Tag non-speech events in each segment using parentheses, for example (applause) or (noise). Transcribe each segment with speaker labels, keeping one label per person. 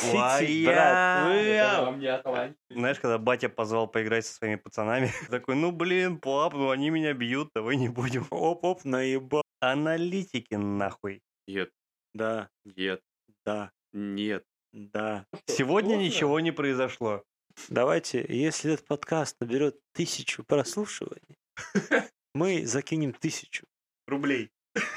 Speaker 1: Сити, брат.
Speaker 2: Твоя!
Speaker 1: Уяу. Знаешь, когда батя позвал поиграть со своими пацанами, (laughs) такой, ну блин, пап, ну они меня бьют, давай не будем. (laughs)
Speaker 2: Оп-оп, наебал.
Speaker 1: Аналитики нахуй.
Speaker 3: Нет,
Speaker 2: Да,
Speaker 3: нет,
Speaker 2: да,
Speaker 3: нет.
Speaker 2: да.
Speaker 1: Сегодня
Speaker 3: Ладно.
Speaker 1: ничего не произошло.
Speaker 2: Давайте, если этот подкаст наберет тысячу прослушиваний, мы закинем тысячу.
Speaker 1: Рублей.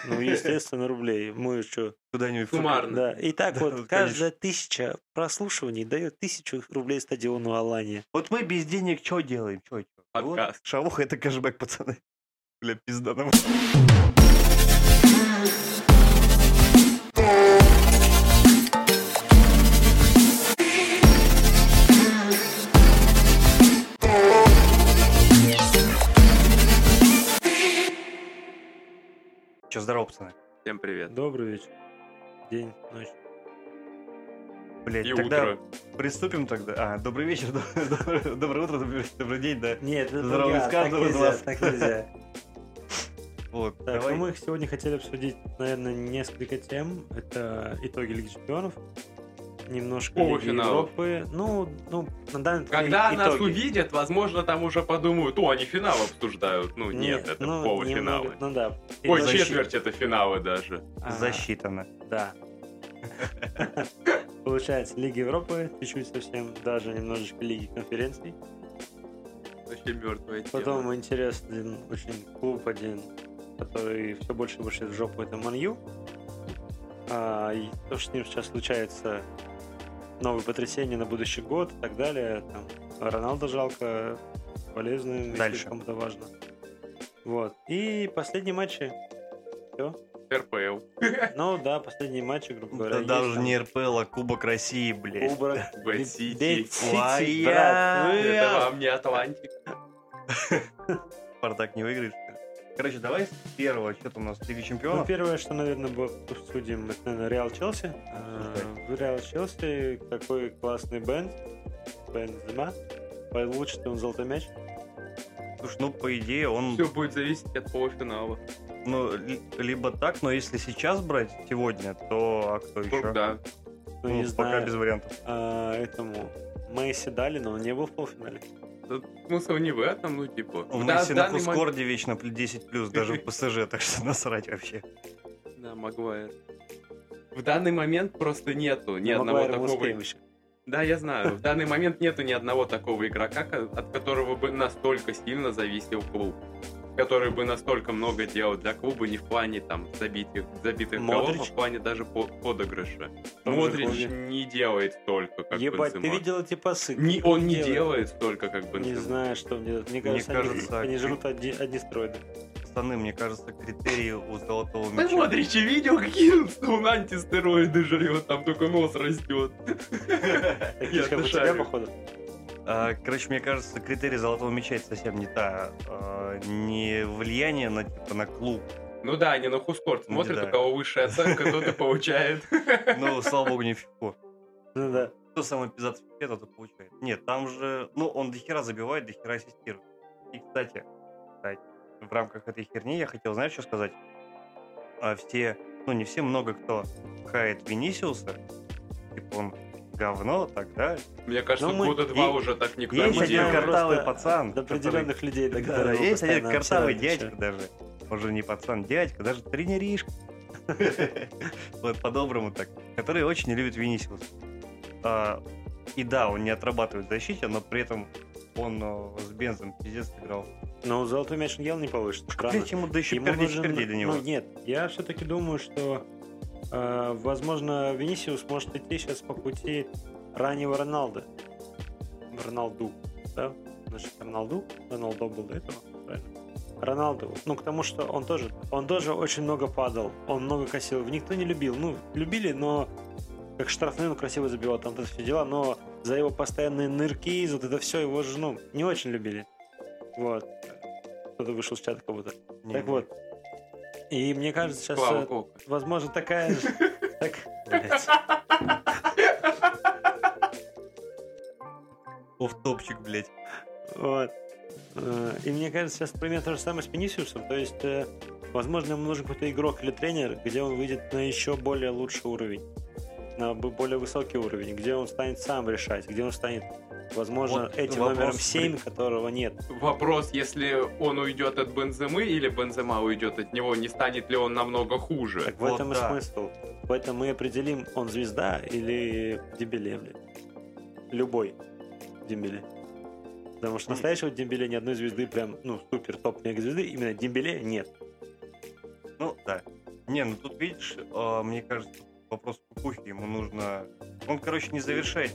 Speaker 2: Ну, естественно, рублей. Мы что?
Speaker 1: Куда-нибудь.
Speaker 3: Суммарно.
Speaker 2: Да. И так
Speaker 1: Да,
Speaker 2: вот,
Speaker 1: вот,
Speaker 2: каждая тысяча прослушиваний дает тысячу рублей стадиону Алания.
Speaker 1: Вот мы без денег что делаем? Чё, чё?
Speaker 3: Подкаст.
Speaker 1: Вот, Шавуха это кэшбэк, пацаны. Бля, пизда нам. Че, здорово, пацаны.
Speaker 3: Всем привет.
Speaker 2: Добрый вечер. День, ночь.
Speaker 1: Блять,
Speaker 3: И
Speaker 1: тогда
Speaker 3: утро.
Speaker 1: приступим тогда. А, добрый вечер, (laughs) доброе доброе утро, добрый- добрый день, да.
Speaker 2: Нет, это
Speaker 1: Здорово,
Speaker 2: другая,
Speaker 1: из каждого
Speaker 2: так
Speaker 1: из
Speaker 2: нельзя,
Speaker 1: вас.
Speaker 2: Так нельзя.
Speaker 1: Вот,
Speaker 2: Так,
Speaker 1: давай.
Speaker 2: ну мы сегодня хотели обсудить, наверное, несколько тем. Это итоги Лиги Чемпионов, немножко
Speaker 3: Полуфинал.
Speaker 2: Лиги Европы. Ну, ну, на данный
Speaker 3: Когда
Speaker 2: момент
Speaker 3: нас
Speaker 2: итоги.
Speaker 3: увидят, возможно, там уже подумают, о, они финал обсуждают. Ну, нет, это
Speaker 2: ну,
Speaker 3: полуфиналы.
Speaker 2: немного- Ну да.
Speaker 3: Ой,
Speaker 2: Защи-
Speaker 3: четверть А. это финалы даже.
Speaker 2: А,
Speaker 1: Засчитано.
Speaker 2: Да. (laughs) Получается, Лига Европы, чуть-чуть совсем, даже немножечко Лиги Конференций.
Speaker 3: Вообще мертвая тема.
Speaker 2: Потом интересный очень клуб один, который все больше и больше в жопу, это Манью. А, и то, что с ним сейчас случается, новые потрясения на будущий год и так далее. Там, Роналда жалко, полезно,
Speaker 1: Дальше.
Speaker 2: если кому-то важно. Вот. И последние
Speaker 1: (laughs)
Speaker 2: матчи.
Speaker 3: РПЛ.
Speaker 2: Ну да, последние матчи, грубо говоря.
Speaker 1: Да
Speaker 2: есть
Speaker 1: даже
Speaker 2: там
Speaker 1: не РПЛ, а Кубок России, блядь.
Speaker 2: Кубок,
Speaker 3: Бэт Сити.
Speaker 2: Сити,
Speaker 1: Твоя.
Speaker 2: брат.
Speaker 3: Это
Speaker 1: Уяу.
Speaker 3: вам не Атлантик.
Speaker 1: Спартак не выиграет. что ли? Короче, давай с первого. Что там у нас? Лига
Speaker 2: Ну,
Speaker 1: чемпионов?
Speaker 2: первое, что, наверное, бы обсудим, это, наверное, Реал Челси. А,
Speaker 1: Обсуждай.
Speaker 2: В Реал Челси такой классный бенд. Бензема. Получит он золотой мяч. Ну,
Speaker 1: Слушай, ну, по идее, он...
Speaker 3: Все будет зависеть от полуфинала.
Speaker 1: Ну, ли- либо так, но если сейчас брать, сегодня, то... А кто еще?
Speaker 3: Ну, да.
Speaker 2: Ну,
Speaker 1: Ну,
Speaker 2: не
Speaker 1: пока
Speaker 2: знаю,
Speaker 1: без вариантов.
Speaker 2: а, этому Месси дали, но он не был в полуфинале.
Speaker 3: Тут смысл не в этом, ну, типа.
Speaker 1: У
Speaker 3: Да,
Speaker 1: Месси
Speaker 3: в
Speaker 1: на
Speaker 3: данный момент-
Speaker 1: Хускорде вечно плюс 10 плюс, даже (laughs) в ПСЖ, так что насрать вообще.
Speaker 3: Да, Магуайр. В данный момент просто нету ни
Speaker 2: Но
Speaker 3: одного
Speaker 2: Магуайра мы
Speaker 3: такого
Speaker 2: успеем еще.
Speaker 3: Да, я знаю. В данный момент нету ни одного такого игрока, ко- от которого бы настолько сильно зависел клуб. Который бы настолько много делал для клуба не в плане там забитых, забитых голов, а
Speaker 2: Модрич?
Speaker 3: в плане даже по- подыгрыша.
Speaker 2: том же
Speaker 3: Модрич
Speaker 2: клубе.
Speaker 3: не делает столько, как
Speaker 2: Ебать, ты
Speaker 3: Бензема.
Speaker 2: видел эти пасы?
Speaker 3: Не, он не
Speaker 2: Делает.
Speaker 3: делает столько, как
Speaker 2: Не
Speaker 3: Бензема.
Speaker 2: знаю, что мне... Мне кажется,
Speaker 1: кажется,
Speaker 2: они, они
Speaker 1: ты-
Speaker 2: жрут одни, одни стероиды.
Speaker 1: Пацаны, мне кажется, критерии у золотого
Speaker 3: Ты
Speaker 1: мяча...
Speaker 3: Модрича видел, какие он антистероиды жрет, там только нос растет.
Speaker 2: Такие же, как у тебя, походу.
Speaker 1: А, Короче, мне кажется, критерий золотого мяча это совсем не та. а, Не влияние на, типа, на клуб.
Speaker 3: Ну да, они на хускорт
Speaker 1: Ну
Speaker 3: смотрят,
Speaker 1: да.
Speaker 3: у кого высшая оценка, тот и получает. (laughs)
Speaker 1: Ну, слава богу, не фифу.
Speaker 2: Ну да.
Speaker 1: кто самый пиздатый пипец, это получает. Нет, там же, ну, он до хера забивает, до хера ассистирует. И, кстати, кстати, в рамках этой херни я хотел, знаешь, что сказать? А все, ну, не все, много кто хает Винисиуса, типа он говно, тогда
Speaker 3: Мне кажется,
Speaker 2: Ну, мы-
Speaker 3: года два
Speaker 1: е-
Speaker 3: уже так никто
Speaker 1: есть
Speaker 3: не
Speaker 1: один
Speaker 3: делает.
Speaker 1: картавый
Speaker 2: Просто
Speaker 1: пацан,
Speaker 2: До определенных людей. до
Speaker 1: Да,
Speaker 2: которых мы
Speaker 1: есть один
Speaker 2: ну, постоянно
Speaker 1: картавый
Speaker 2: обсирают,
Speaker 1: дядька даже. Уже не пацан, дядька,
Speaker 2: (laughs)
Speaker 1: даже тренеришка. Вот по-доброму так. Который очень не любит Винисиус. А, И да, он не отрабатывает в защите, но при этом он э, с Бензом пиздец играл.
Speaker 2: Но золотой мяч он явно не получит. Странно.
Speaker 1: Блять, ему да еще
Speaker 2: Ему
Speaker 1: пердеть
Speaker 2: нужен-
Speaker 1: пердеть до него.
Speaker 2: Ну, нет, я все-таки думаю, что, э, возможно, Венисиус может идти сейчас по пути раннего Роналда. Роналду, да? Значит, Роналду? Роналдо был до этого, правильно? Роналду. Ну, к тому, что он тоже, он тоже очень много падал, он много косил. Его Никто не любил. Ну, любили, но как штрафные он красиво забивал, там это все дела, но за его постоянные нырки, за вот это все его же, ну, не очень любили. Вот. Кто-то вышел с чата как будто.
Speaker 1: Не,
Speaker 2: Так
Speaker 1: не.
Speaker 2: вот. И мне кажется, сейчас,
Speaker 3: Клава
Speaker 2: э,
Speaker 3: Кока.
Speaker 2: возможно, такая же... так-
Speaker 1: Блядь. Офф-топчик, блядь.
Speaker 2: Вот. Э, И мне кажется, сейчас примерно то же самое с Пенисиусом. То есть, э, возможно, ему нужен какой-то игрок или тренер, где он выйдет на еще более лучший уровень. на б- более высокий уровень, где он станет сам решать, где он станет, возможно,
Speaker 1: Вот
Speaker 2: этим
Speaker 1: вопрос,
Speaker 2: номером
Speaker 1: блин.
Speaker 2: 7, которого нет.
Speaker 3: Вопрос, если он уйдет от Бенземы или Бензема уйдет от него, не станет ли он намного хуже?
Speaker 2: Так
Speaker 1: Вот
Speaker 2: в этом
Speaker 1: да.
Speaker 2: и смысл. В этом мы определим, он звезда или дембеле, блин. Любой дембеле. Потому что
Speaker 1: М.
Speaker 2: настоящего дембеля ни одной звезды прям, ну, супер топ мега звезды, именно дембеле нет.
Speaker 1: Ну, да. Не, ну тут, видишь, э, мне кажется, вопрос кукухи, ему нужно... Он, короче, не завершает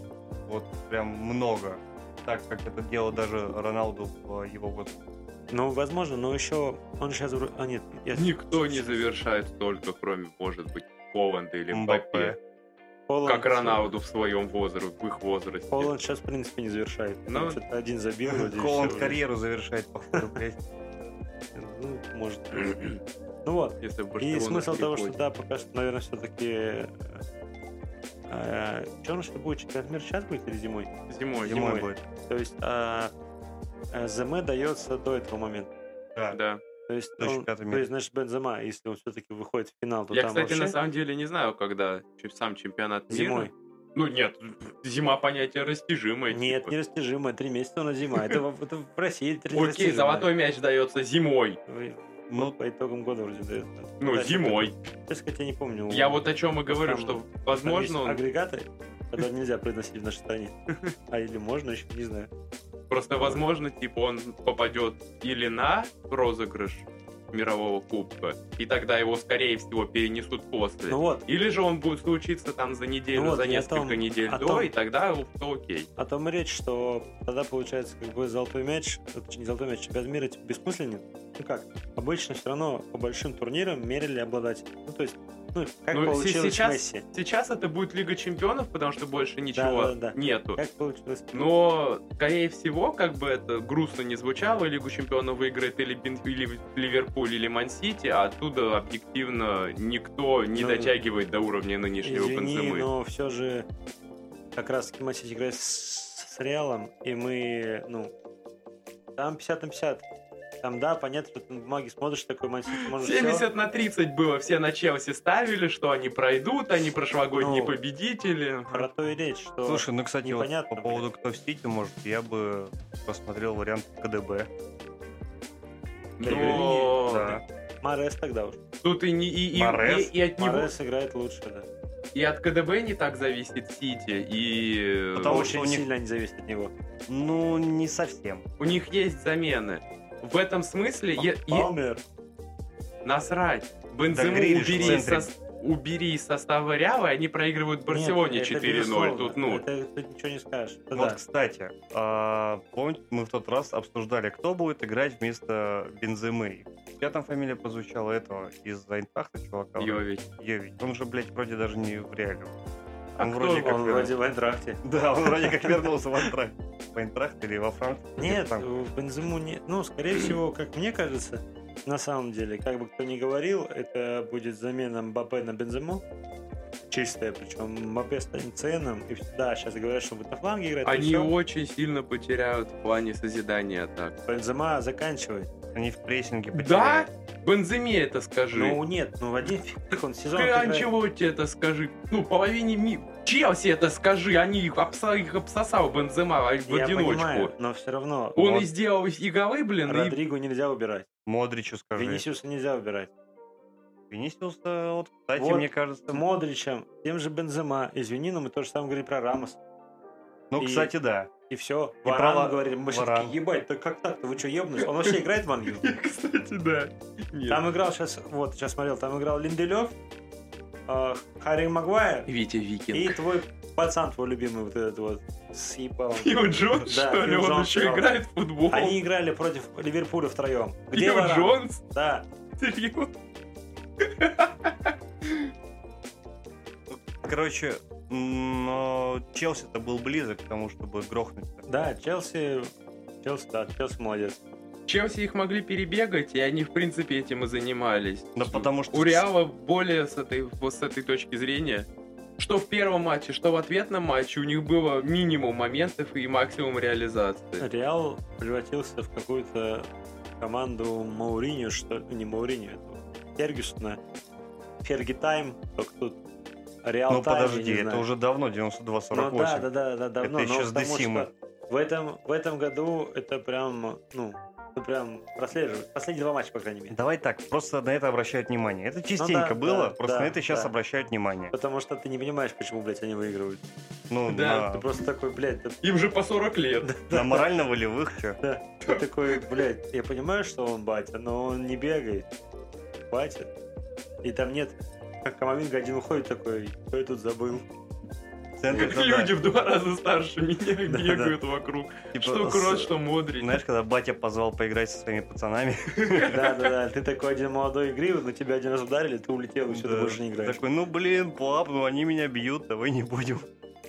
Speaker 1: вот прям много, так как это делал даже Роналду в э, его вот...
Speaker 2: Ну, возможно, но еще он сейчас... А, нет, я...
Speaker 3: Никто не завершает столько, кроме, может быть, Холланда или
Speaker 1: Мбаппе.
Speaker 3: Мбаппе.
Speaker 2: Холланд-
Speaker 3: Как Роналду в своем возрасте, в их возрасте.
Speaker 2: Холланд сейчас, в принципе, не завершает.
Speaker 3: Ну,
Speaker 2: Он что-то один
Speaker 3: (laughs)
Speaker 2: забил. вроде, и
Speaker 1: Холланд
Speaker 2: всё.
Speaker 1: карьеру завершает, походу, блядь.
Speaker 2: Ну, может. Ну вот.
Speaker 3: Если
Speaker 2: И
Speaker 3: Барселона
Speaker 2: смысл того, что
Speaker 3: приходит.
Speaker 2: да, пока что, наверное, все-таки... Что у нас это э, будет? Чемпионат мира сейчас будет или зимой?
Speaker 3: (laughs)
Speaker 1: Зимой
Speaker 3: Зимой, зимой.
Speaker 2: Зимой.
Speaker 1: будет.
Speaker 2: То есть а, а, ЗМ дается до этого момента.
Speaker 1: Да.
Speaker 3: Да.
Speaker 2: То есть,
Speaker 1: До
Speaker 2: он-
Speaker 1: чемпионата мира.
Speaker 2: Ну, то есть, значит, Бензема, если он все-таки выходит в финал, то
Speaker 3: Я,
Speaker 2: там
Speaker 3: кстати, на
Speaker 2: вообще
Speaker 3: самом деле не знаю, когда чем- сам чемпионат мира.
Speaker 2: зимой.
Speaker 3: Ну нет, зима понятие растяжимое.
Speaker 2: Нет,
Speaker 3: типа.
Speaker 2: нерастяжимая, три месяца у нас зима. Это, в- это в России три
Speaker 3: Окей, золотой мяч дается зимой.
Speaker 1: Ну,
Speaker 2: По итогам года вроде дается.
Speaker 3: Ну,
Speaker 2: Да,
Speaker 3: зимой.
Speaker 2: Честно сказать, я не помню.
Speaker 3: Я вот о чем и
Speaker 2: Просто
Speaker 3: говорю,
Speaker 2: там-
Speaker 3: что,
Speaker 2: Там есть
Speaker 3: возможно, он
Speaker 2: агрегаты, которые нельзя произносить в нашей
Speaker 3: (laughs)
Speaker 2: стране. А или можно еще, не знаю.
Speaker 3: Просто, возможно, типа он попадет или на розыгрыш мирового кубка, и тогда его, скорее всего, перенесут после.
Speaker 2: Ну вот,
Speaker 3: или же он будет случиться там за неделю,
Speaker 2: Ну вот,
Speaker 3: за
Speaker 2: я о
Speaker 3: несколько
Speaker 2: том-
Speaker 3: недель
Speaker 2: о
Speaker 3: до,
Speaker 2: том.
Speaker 3: и тогда то окей.
Speaker 2: о том и речь, что тогда получается как бы золотой мяч, э, точнее, не золотой мяч, чемпионат мира типа, бессмысленен. Ну как, обычно все равно по большим турнирам мерили обладателей. Ну то есть, ну как
Speaker 3: Ну, се-
Speaker 2: получилось
Speaker 3: сейчас-
Speaker 2: Месси?
Speaker 3: Сейчас это будет Лига Чемпионов, потому что больше ничего
Speaker 2: да, да.
Speaker 3: нету.
Speaker 2: Как получилось?
Speaker 3: Ну, Но, скорее всего, как бы это грустно не звучало, Лигу Чемпионов выиграет или, Бен- или Ливерпуль, или Мансити, а оттуда объективно никто не
Speaker 2: Ну,
Speaker 3: дотягивает до уровня нынешнего
Speaker 2: Извини,
Speaker 3: Бенземы.
Speaker 2: но все же как раз таки Матч играет с, с Реалом, и мы, ну, там 50 на 50. Там, да, понятно, что ты на бумаге смотришь такой Матч, можно всё.
Speaker 3: 70 на 30 было, все на Челси ставили, что они пройдут, они прошлогодние
Speaker 2: Ну,
Speaker 3: победители.
Speaker 2: Про то и речь, что...
Speaker 1: Слушай, ну, кстати, вот
Speaker 2: э, непонятно,
Speaker 1: по
Speaker 2: блин.
Speaker 1: поводу кто в Сити, может, я бы посмотрел вариант КДБ.
Speaker 3: Но
Speaker 1: Да.
Speaker 2: Морес тогда уж.
Speaker 3: тут и, не, и, и,
Speaker 1: Морес.
Speaker 3: и- и от него,
Speaker 2: Морес играет лучше, да.
Speaker 3: и от КДБ не так зависит Сити, и э,
Speaker 1: Потому
Speaker 3: у-
Speaker 2: Очень
Speaker 1: что у них-
Speaker 2: сильно они зависят от него.
Speaker 1: Ну, не совсем.
Speaker 3: у них есть замены. В этом смысле е- е-
Speaker 2: Палмер.
Speaker 3: насрать. Бензему
Speaker 1: Грилиш в
Speaker 3: убери, из
Speaker 1: центре.
Speaker 3: сос- убери из состава Реала, и они проигрывают Барселоне
Speaker 2: Нет, это
Speaker 3: 4-0. Тут,
Speaker 2: безусловно.
Speaker 3: ну,
Speaker 2: Это, тут ничего не скажешь. Это
Speaker 1: Вот,
Speaker 2: да.
Speaker 1: кстати, а, помните, мы в тот раз обсуждали, кто будет играть вместо Бенземы. Я там фамилия прозвучала этого из Айнтрахта чувака.
Speaker 3: Йович.
Speaker 1: Йович. Он же, блядь, вроде даже не в реале.
Speaker 3: А
Speaker 1: он
Speaker 3: кто
Speaker 1: вроде как
Speaker 2: Он
Speaker 1: вернулся.
Speaker 2: вроде в Айнтрахте.
Speaker 1: (laughs) Да, он вроде как вернулся в Айнтрахт. В Айнтрахт или во Франк.
Speaker 2: Нет,
Speaker 1: Там.
Speaker 2: у Бензему нет. Ну, скорее всего, как мне кажется, на самом деле, как бы кто ни говорил, это будет замена Мбаппе на Бензему. Чистая, причем Мбаппе станет ценом. И вс- да, сейчас говорят, что будет на фланге играть.
Speaker 3: Они
Speaker 2: всё.
Speaker 3: очень сильно потеряют в плане созидания атак.
Speaker 2: Бензема заканчивает.
Speaker 1: Они в прессинге
Speaker 3: Да?
Speaker 1: потеряли.
Speaker 3: Бенземе это скажи.
Speaker 2: Ну нет, ну в один фиг он сезон.
Speaker 3: Ты
Speaker 2: отыграет.
Speaker 3: Анчелотти это скажи. Ну, половине ми... Челси это скажи. Они их, обса- их обсосал Бензема а в
Speaker 2: Я
Speaker 3: одиночку.
Speaker 2: понимаю, но все равно.
Speaker 3: Он
Speaker 1: Вот.
Speaker 3: и сделал и голы, блин, (laughs) и...
Speaker 2: Родригу нельзя убирать.
Speaker 1: Модричу скажи.
Speaker 2: Венисиуса нельзя убирать.
Speaker 1: Венисиуса, вот, кстати,
Speaker 2: Вот.
Speaker 1: мне кажется...
Speaker 2: С Модричем, тем же Бензема, извини, но мы тоже самое говорили про Рамос.
Speaker 1: Ну,
Speaker 2: и-
Speaker 1: кстати, да.
Speaker 2: И все.
Speaker 1: И
Speaker 2: И
Speaker 1: про
Speaker 2: про
Speaker 1: Ла-
Speaker 2: говорили, мы все
Speaker 1: Варан.
Speaker 2: такие, ебать, так как так-то, вы что, ебнулись? Он вообще играет в
Speaker 3: (laughs)
Speaker 2: Англии?
Speaker 3: Кстати, да. Нет.
Speaker 2: Там играл сейчас, вот, сейчас смотрел, там играл Линделев, э, Харри Магуайр
Speaker 3: Витя
Speaker 2: и
Speaker 3: (laughs) Викинг.
Speaker 2: твой пацан твой любимый, вот этот вот, с ебалом.
Speaker 3: Фил Джонс,
Speaker 2: Да,
Speaker 3: что ли?
Speaker 2: Фил
Speaker 3: Он
Speaker 2: Джонс
Speaker 3: еще
Speaker 2: играл.
Speaker 3: играет в футбол. (laughs)
Speaker 2: Они играли против Ливерпуля втроем. Где
Speaker 3: Фил
Speaker 2: Варан?
Speaker 3: Джонс? (laughs)
Speaker 2: Да.
Speaker 3: Серьезно?
Speaker 1: Короче, м, но Челси-то был близок к тому, чтобы грохнуть.
Speaker 2: Да, Челси... Челси, да, Челси молодец.
Speaker 3: Челси их могли перебегать, и они, в принципе, этим и занимались.
Speaker 1: Да потому что...
Speaker 3: У Реала более с этой, вот с этой точки зрения, что в первом матче, что в ответном матче, у них было минимум моментов и максимум реализации.
Speaker 2: Реал превратился в какую-то команду Мауриню, что ли, не Мауриню, это Фергюсона, Ферги Тайм, только тут реал
Speaker 1: Ну подожди, это уже давно, 92-48.
Speaker 2: Ну, да, да, да, да, давно.
Speaker 1: Это еще
Speaker 2: но
Speaker 1: с
Speaker 2: потому
Speaker 1: Десимы.
Speaker 2: что В этом, в этом году это прям, ну, ну, прям прослеживать. Последние два матча, по крайней мере.
Speaker 1: Давай так, просто на это обращают внимание. Это частенько
Speaker 2: Ну да,
Speaker 1: было,
Speaker 2: да,
Speaker 1: просто
Speaker 2: да,
Speaker 1: на это сейчас
Speaker 2: да.
Speaker 1: обращают внимание.
Speaker 2: Потому что ты не понимаешь, почему, блядь, они выигрывают.
Speaker 1: Ну,
Speaker 3: Да,
Speaker 1: на-
Speaker 2: Ты просто такой, блядь, ты,
Speaker 3: Им же по 40 лет.
Speaker 1: на, морально-волевых,
Speaker 2: (laughs)
Speaker 1: чё.
Speaker 2: ты такой, блядь, я понимаю, что он батя, но он не бегает. Батя. И там нет, как Камаминга один уходит такой, кто я тут забыл.
Speaker 1: В центре,
Speaker 3: Как
Speaker 1: да,
Speaker 3: люди в два раза старше меня
Speaker 2: ну Да, Ну,
Speaker 3: бегают вокруг.
Speaker 1: да. Типа,
Speaker 3: Что
Speaker 1: с-
Speaker 3: Кросс, что Модрич.
Speaker 1: Знаешь, когда батя позвал поиграть со своими пацанами,
Speaker 2: Да-да-да, ты такой один молодой игривый, но тебя один раз ударили, ты улетел, и все, ты
Speaker 1: Да.
Speaker 2: больше не играешь.
Speaker 1: такой, ну блин, пап, ну они меня бьют, давай не будем.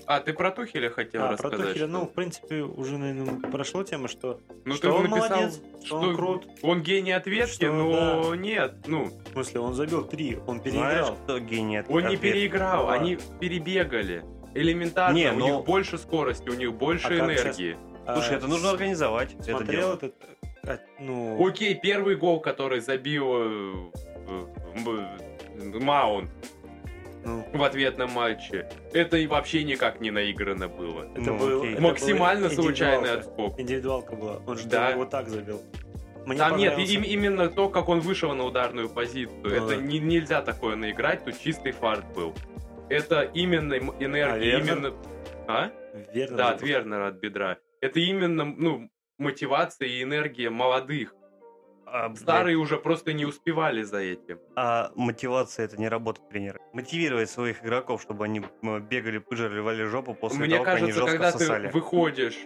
Speaker 3: А, ты про Тухеля хотел
Speaker 2: А, про
Speaker 3: рассказать?
Speaker 2: Тухеля,
Speaker 3: что ли?
Speaker 2: ну, в принципе, уже, наверное, прошло тема, что
Speaker 3: Ну,
Speaker 2: что
Speaker 3: ты
Speaker 2: он
Speaker 3: написал,
Speaker 2: молодец, что он крут.
Speaker 3: Он гений ответки,
Speaker 2: Что,
Speaker 3: но нет, ну,
Speaker 2: В смысле, он забил три, он
Speaker 1: Знаешь,
Speaker 2: переиграл.
Speaker 1: кто гений от-
Speaker 3: он не
Speaker 1: ответ?
Speaker 3: переиграл,
Speaker 2: Да.
Speaker 3: они перебегали. Элементарно,
Speaker 1: Не,
Speaker 3: у
Speaker 1: но-
Speaker 3: них больше скорости, у них больше
Speaker 2: А как
Speaker 3: энергии.
Speaker 1: Слушай, это нужно организовать. это
Speaker 2: Смотрел
Speaker 1: дело.
Speaker 2: этот... а, Ну,
Speaker 3: Окей, первый гол, который забил э, э, Маунт
Speaker 2: ну,
Speaker 3: в ответном матче, это и вообще никак не наиграно было.
Speaker 2: это
Speaker 1: Ну,
Speaker 2: был...
Speaker 1: окей.
Speaker 2: это
Speaker 3: Максимально
Speaker 2: был
Speaker 3: случайный
Speaker 2: индивидуалка.
Speaker 3: отскок.
Speaker 2: Индивидуалка была. Он же
Speaker 3: Да.
Speaker 2: его так забил. Мне
Speaker 3: Там нет, и-
Speaker 2: понравился.
Speaker 3: им- именно то, как он вышел на ударную позицию,
Speaker 2: Ну
Speaker 3: это
Speaker 2: да.
Speaker 3: не- нельзя такое наиграть, тут чистый фарт был. Это именно м- энергия,
Speaker 2: Вернер?
Speaker 3: именно... А?
Speaker 2: Верно.
Speaker 3: Да,
Speaker 2: забил.
Speaker 3: от Вернера, от бедра. Это именно, ну, мотивация и энергия молодых.
Speaker 1: А, блядь,
Speaker 3: Старые уже просто не успевали за этим.
Speaker 1: а мотивация это не работа тренера. Мотивировать своих игроков, чтобы они м, бегали, пыжили, рвали жопу после
Speaker 3: Мне
Speaker 1: того, как они
Speaker 3: кажется,
Speaker 1: жестко
Speaker 3: когда
Speaker 1: сосали.
Speaker 3: ты выходишь...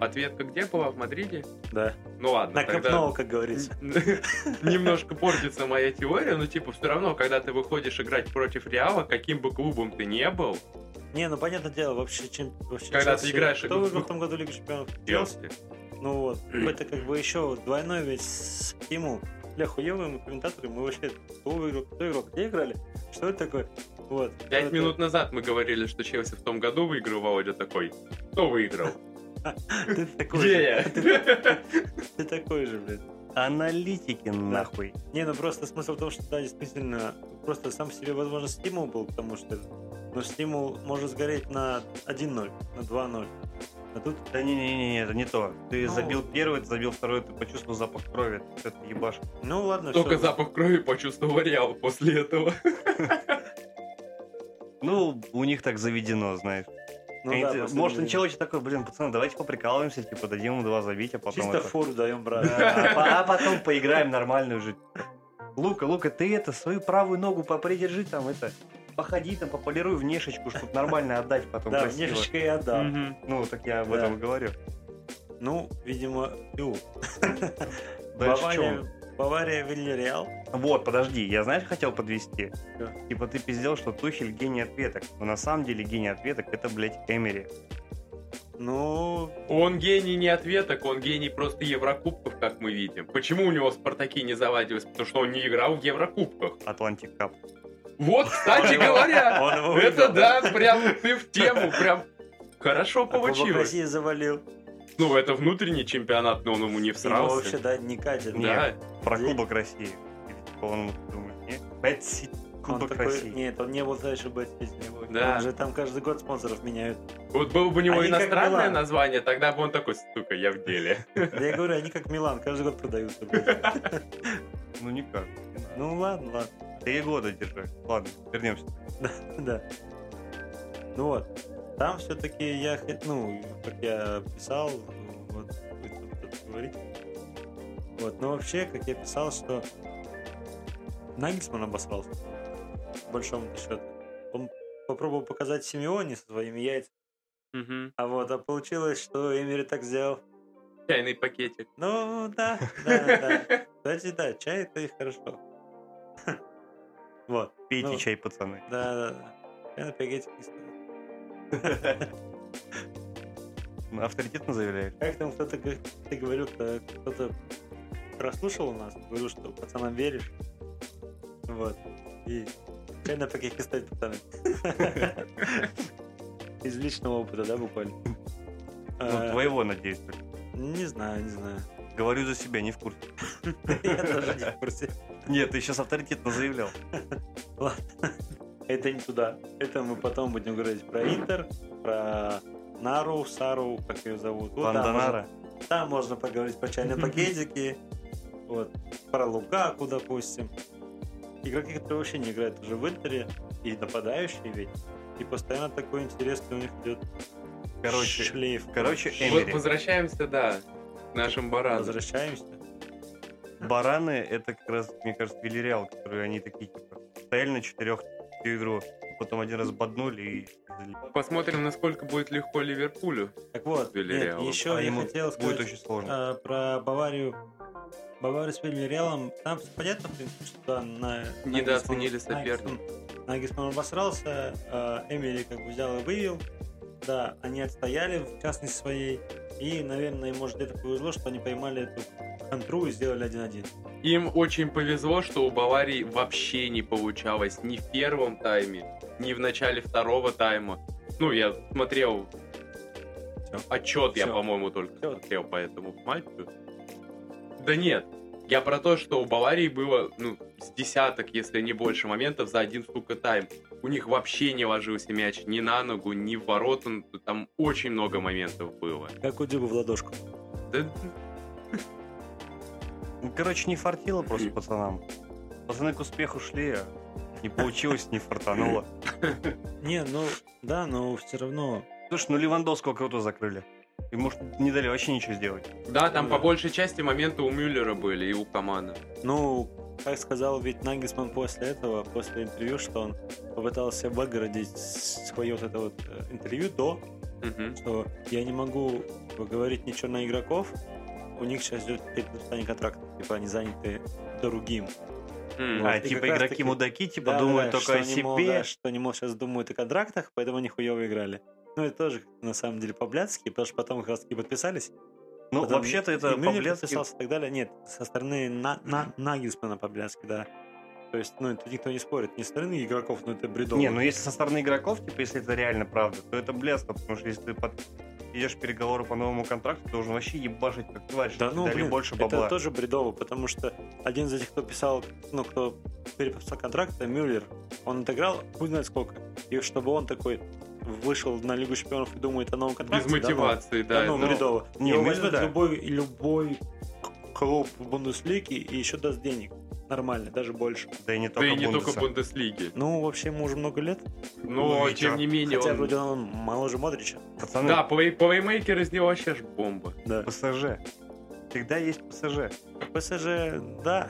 Speaker 3: Ответка где была? В Мадриде?
Speaker 2: Да.
Speaker 3: Ну ладно, тогда...
Speaker 2: Накопнул, как говорится.
Speaker 3: (laughs) Немножко портится моя теория, но типа все равно, когда ты выходишь играть против Реала, каким бы клубом ты не был,
Speaker 2: Не, ну, понятное дело, вообще, чем... Вообще,
Speaker 3: Когда ты
Speaker 2: Челси-
Speaker 3: играешь-
Speaker 2: Кто выиграл в том году Лигу Чемпионов?
Speaker 3: Челси.
Speaker 2: Ну вот, это как бы еще двойной ведь стимул. Бля, хуевые мы комментаторы, мы вообще, кто выиграл, кто играл, где играли, что это такое? Вот.
Speaker 3: Пять
Speaker 2: Это-
Speaker 3: минут назад мы говорили, что Челси в том году выиграл, Володя такой. Кто выиграл?
Speaker 2: Ты такой
Speaker 3: Где
Speaker 2: же,
Speaker 1: (laughs)
Speaker 3: я?
Speaker 2: Ты такой же, блядь.
Speaker 1: Аналитики нахуй.
Speaker 2: Не, ну просто смысл в том, что да, действительно, просто сам по себе, возможно, стимул был, потому что но стимул может сгореть на 1-0, на 2-0. А тут
Speaker 1: Да не-не-не, это не то. Ты
Speaker 2: Ну.
Speaker 1: забил первый, ты забил второй, ты почувствовал запах крови. Ты это ебашь.
Speaker 2: Ну ладно, всё.
Speaker 3: Только запах крови почувствовал Реал после этого.
Speaker 1: Ну, у них так заведено, знаешь.
Speaker 2: Ну
Speaker 1: Они-
Speaker 2: да,
Speaker 1: ты-
Speaker 2: просто
Speaker 1: может,
Speaker 2: не-
Speaker 1: началось такой, блин, пацаны, давайте поприкалываемся, типа, дадим ему два забить, а потом...
Speaker 2: Чисто
Speaker 1: это».
Speaker 2: фору даем, брат.
Speaker 1: Да, а по- а потом поиграем нормальную жизнь. Лука, Лука, ты это, свою правую ногу попридержи там, это, походи там, пополируй внешечку, чтобы нормально отдать потом
Speaker 2: Да,
Speaker 1: красиво.
Speaker 2: внешечко и отдал.
Speaker 3: Мгм.
Speaker 1: Ну, так я об
Speaker 2: Да.
Speaker 1: этом и говорю.
Speaker 2: Ну, видимо, тю.
Speaker 1: Дальше
Speaker 2: Бавария, Бавария Вильяреал.
Speaker 1: чё? Вот, подожди, я, знаешь, хотел подвести?
Speaker 2: Чё?
Speaker 1: Типа ты пиздел, что Тухель гений ответок. Но на самом деле гений ответок это, блядь, Эмери.
Speaker 2: Ну,
Speaker 3: Он гений не ответок, он гений просто Еврокубков, как мы видим. Почему у него Спартаки не завадились? Потому что он не играл в Еврокубках.
Speaker 1: Атлантик Кап.
Speaker 3: Вот, кстати говоря,
Speaker 2: (laughs) он его
Speaker 3: это
Speaker 2: выиграл.
Speaker 3: да, прям ты в тему, прям хорошо
Speaker 2: А Кубок
Speaker 3: получилось.
Speaker 2: России завалил.
Speaker 3: Ну, это внутренний чемпионат, но он ему не
Speaker 2: Его
Speaker 3: всрался.
Speaker 2: вообще, да, не катит.
Speaker 3: Да,
Speaker 1: Про
Speaker 2: Где?
Speaker 1: Кубок России. Или, типа, он думает, нет, Бэт Сити,
Speaker 2: Он
Speaker 1: Кубок
Speaker 2: такой,
Speaker 1: России.
Speaker 2: Нет, он не был дальше Бэтсити. не был.
Speaker 3: Да.
Speaker 2: Он же там каждый год спонсоров меняют.
Speaker 3: вот было бы у него
Speaker 2: Они как
Speaker 3: иностранное
Speaker 2: Милан.
Speaker 3: название, тогда бы он такой, сука, я в деле.
Speaker 2: Да я говорю, они как Милан, каждый год продаются. блядь.
Speaker 1: Ну никак. не надо.
Speaker 2: Ну ладно, ладно,
Speaker 1: Три года держать. Ладно, вернемся.
Speaker 2: да. Ну вот, там все-таки я, хот- ну, как я писал, вот, вы там что-то говорите. Вот, но вообще, как я писал, что Нагельсман обосрался, по большому счету. Он попробовал показать Симеоне со своими яйцами,
Speaker 3: Мгм.
Speaker 2: а вот, а получилось, что Эмери так сделал.
Speaker 3: Чайный пакетик.
Speaker 2: Ну, да, да, да. Кстати, да, чай это и хорошо. Вот,
Speaker 1: Пейте
Speaker 2: Ну.
Speaker 1: чай, пацаны.
Speaker 2: да, да, да. Чай на пакетик не стоит.
Speaker 1: Авторитетно заявляешь?
Speaker 2: Как там кто-то г- ты говорил, то кто-то прослушал у нас, говорил, что пацанам веришь. Вот. И чай на пакетик стоит,
Speaker 1: (laughs)
Speaker 2: пацаны. Из личного опыта, да, буквально?
Speaker 1: Ну,
Speaker 2: А,
Speaker 1: твоего, надеюсь. только.
Speaker 2: Не знаю, не знаю. (laughs)
Speaker 1: Говорю за себя, не в курсе.
Speaker 2: Я тоже не в курсе.
Speaker 1: (laughs) Нет, ты сейчас авторитетно заявлял.
Speaker 2: Ладно. это не туда. Это мы потом будем говорить про Интер, про Нару, Сару, как ее зовут. Вот там можно-
Speaker 1: Вандонара.
Speaker 2: Там можно поговорить про чайные пакетики, вот, про Лукаку, допустим. Игроки, которые вообще не играют уже в Интере, и нападающие ведь, и постоянно такой интересный у них идет
Speaker 1: Короче,
Speaker 2: шлейф.
Speaker 1: короче,
Speaker 2: Вот
Speaker 1: Эмери.
Speaker 3: Возвращаемся, да, к нашим баранам.
Speaker 2: Возвращаемся.
Speaker 1: бараны это как раз, мне кажется, Вильяреал, которые они такие, типа, стояли на четырех всю игру, потом один раз боднули и... залили.
Speaker 3: Посмотрим, насколько будет легко Ливерпулю.
Speaker 2: Так вот, нет,
Speaker 3: Вильяреалу.
Speaker 2: еще
Speaker 1: А
Speaker 2: я
Speaker 1: ему
Speaker 2: хотел сказать...
Speaker 1: Будет очень сложно.
Speaker 2: А, про Баварию. Баварию с Вильяреалом. Там всё понятно, в принципе, что да, на...
Speaker 3: Недооценили
Speaker 2: Нагельсман-
Speaker 3: соперника.
Speaker 2: Нагельсман- Нагельсман обосрался, а, Эмери как бы взял и вывел. Да, они отстояли в частности своей. И, наверное, им, может, где-то повезло, что они поймали эту контру и сделали 1-1.
Speaker 3: Им очень повезло, что у Баварии вообще не получалось ни в первом тайме, ни в начале второго тайма. Ну, я смотрел
Speaker 2: Всё.
Speaker 3: отчет, я,
Speaker 2: Всё.
Speaker 3: по-моему, только
Speaker 2: Всё.
Speaker 3: смотрел по этому матчу. Да нет, я про то, что у Баварии было, ну, с десяток, если не больше моментов за один, сука, тайм. У них вообще не ложился мяч ни на ногу, ни в ворота. Ну, Там очень много моментов было.
Speaker 2: Как у Дюба в ладошку.
Speaker 3: Да,
Speaker 2: а.
Speaker 1: Ну, короче, не фартило просто пацанам. Пацаны к успеху шли, а не получилось,
Speaker 2: (laughs)
Speaker 1: не фартануло.
Speaker 2: Не, ну, да, но все равно...
Speaker 1: Слушай, ну Левандовского круто закрыли. Ему ж не дали вообще ничего сделать.
Speaker 3: да, там
Speaker 2: Да.
Speaker 3: по большей части моменты у Мюллера были и у команды.
Speaker 2: Ну, как сказал ведь Нагельсман после этого, после интервью, что он попытался выгородить свое вот это вот э, интервью до
Speaker 3: Мгм.
Speaker 2: что я не могу говорить ничего на игроков, у них сейчас идет подписание контракта, типа они заняты другим.
Speaker 3: М.
Speaker 2: Ну, Вот.
Speaker 1: А
Speaker 2: И как
Speaker 1: типа
Speaker 2: раз
Speaker 1: игроки
Speaker 2: таки-
Speaker 1: мудаки, типа
Speaker 2: Да,
Speaker 1: думают
Speaker 2: да,
Speaker 1: только о
Speaker 2: что они, мол,
Speaker 1: себе.
Speaker 2: да, что они, мол, сейчас думают о контрактах, поэтому они хуево играли. Ну, это тоже, на самом деле, по-блядски, потому что потом как раз таки подписались.
Speaker 1: Ну,
Speaker 2: Потом
Speaker 1: вообще-то
Speaker 2: и
Speaker 1: это типа,
Speaker 2: Мюллер
Speaker 1: по-блядски
Speaker 2: подписался и так далее. Нет, со стороны на, на, Нагельсмана по-блядски, да. То есть, ну, это никто не спорит. Не со стороны игроков, но это бредово.
Speaker 1: Не, ну если со стороны игроков, типа, если это реально правда, то это блядство, потому что если ты под- идешь переговоры по новому контракту, ты должен вообще ебашить как тварь,
Speaker 2: Да
Speaker 1: чтобы
Speaker 2: ну,
Speaker 1: тебе дали
Speaker 2: блин,
Speaker 1: больше
Speaker 2: это
Speaker 1: бабла.
Speaker 2: тоже бредово, потому что один из этих, кто писал, ну, кто переписал контракт, это Мюллер. Он отыграл хуй знает сколько. И чтобы он такой вышел на Лигу Чемпионов и думает о новом
Speaker 3: Без
Speaker 2: контракте.
Speaker 3: мотивации,
Speaker 2: Да, ну,
Speaker 3: да.
Speaker 2: да ну,
Speaker 1: ну,
Speaker 2: бредово.
Speaker 1: не,
Speaker 2: Его
Speaker 1: Мюллер,
Speaker 2: возьмет
Speaker 1: да.
Speaker 2: любой, любой клуб в Бундеслиге и еще даст денег. Нормально, даже больше.
Speaker 1: Да и не
Speaker 3: Да
Speaker 1: только
Speaker 3: и не
Speaker 1: Бундеса.
Speaker 3: только Бундеслиги.
Speaker 2: Ну, вообще, ему уже много лет.
Speaker 3: Но,
Speaker 1: Ну, и
Speaker 3: тем
Speaker 1: чё?
Speaker 3: не менее,
Speaker 2: хотя,
Speaker 3: он-
Speaker 2: вроде, ну, он моложе Модрича.
Speaker 1: Пацаны,
Speaker 3: Да, плей- плеймейкер из него вообще ж бомба.
Speaker 2: Да.
Speaker 1: ПСЖ. Всегда есть ПСЖ.
Speaker 2: ПСЖ, да.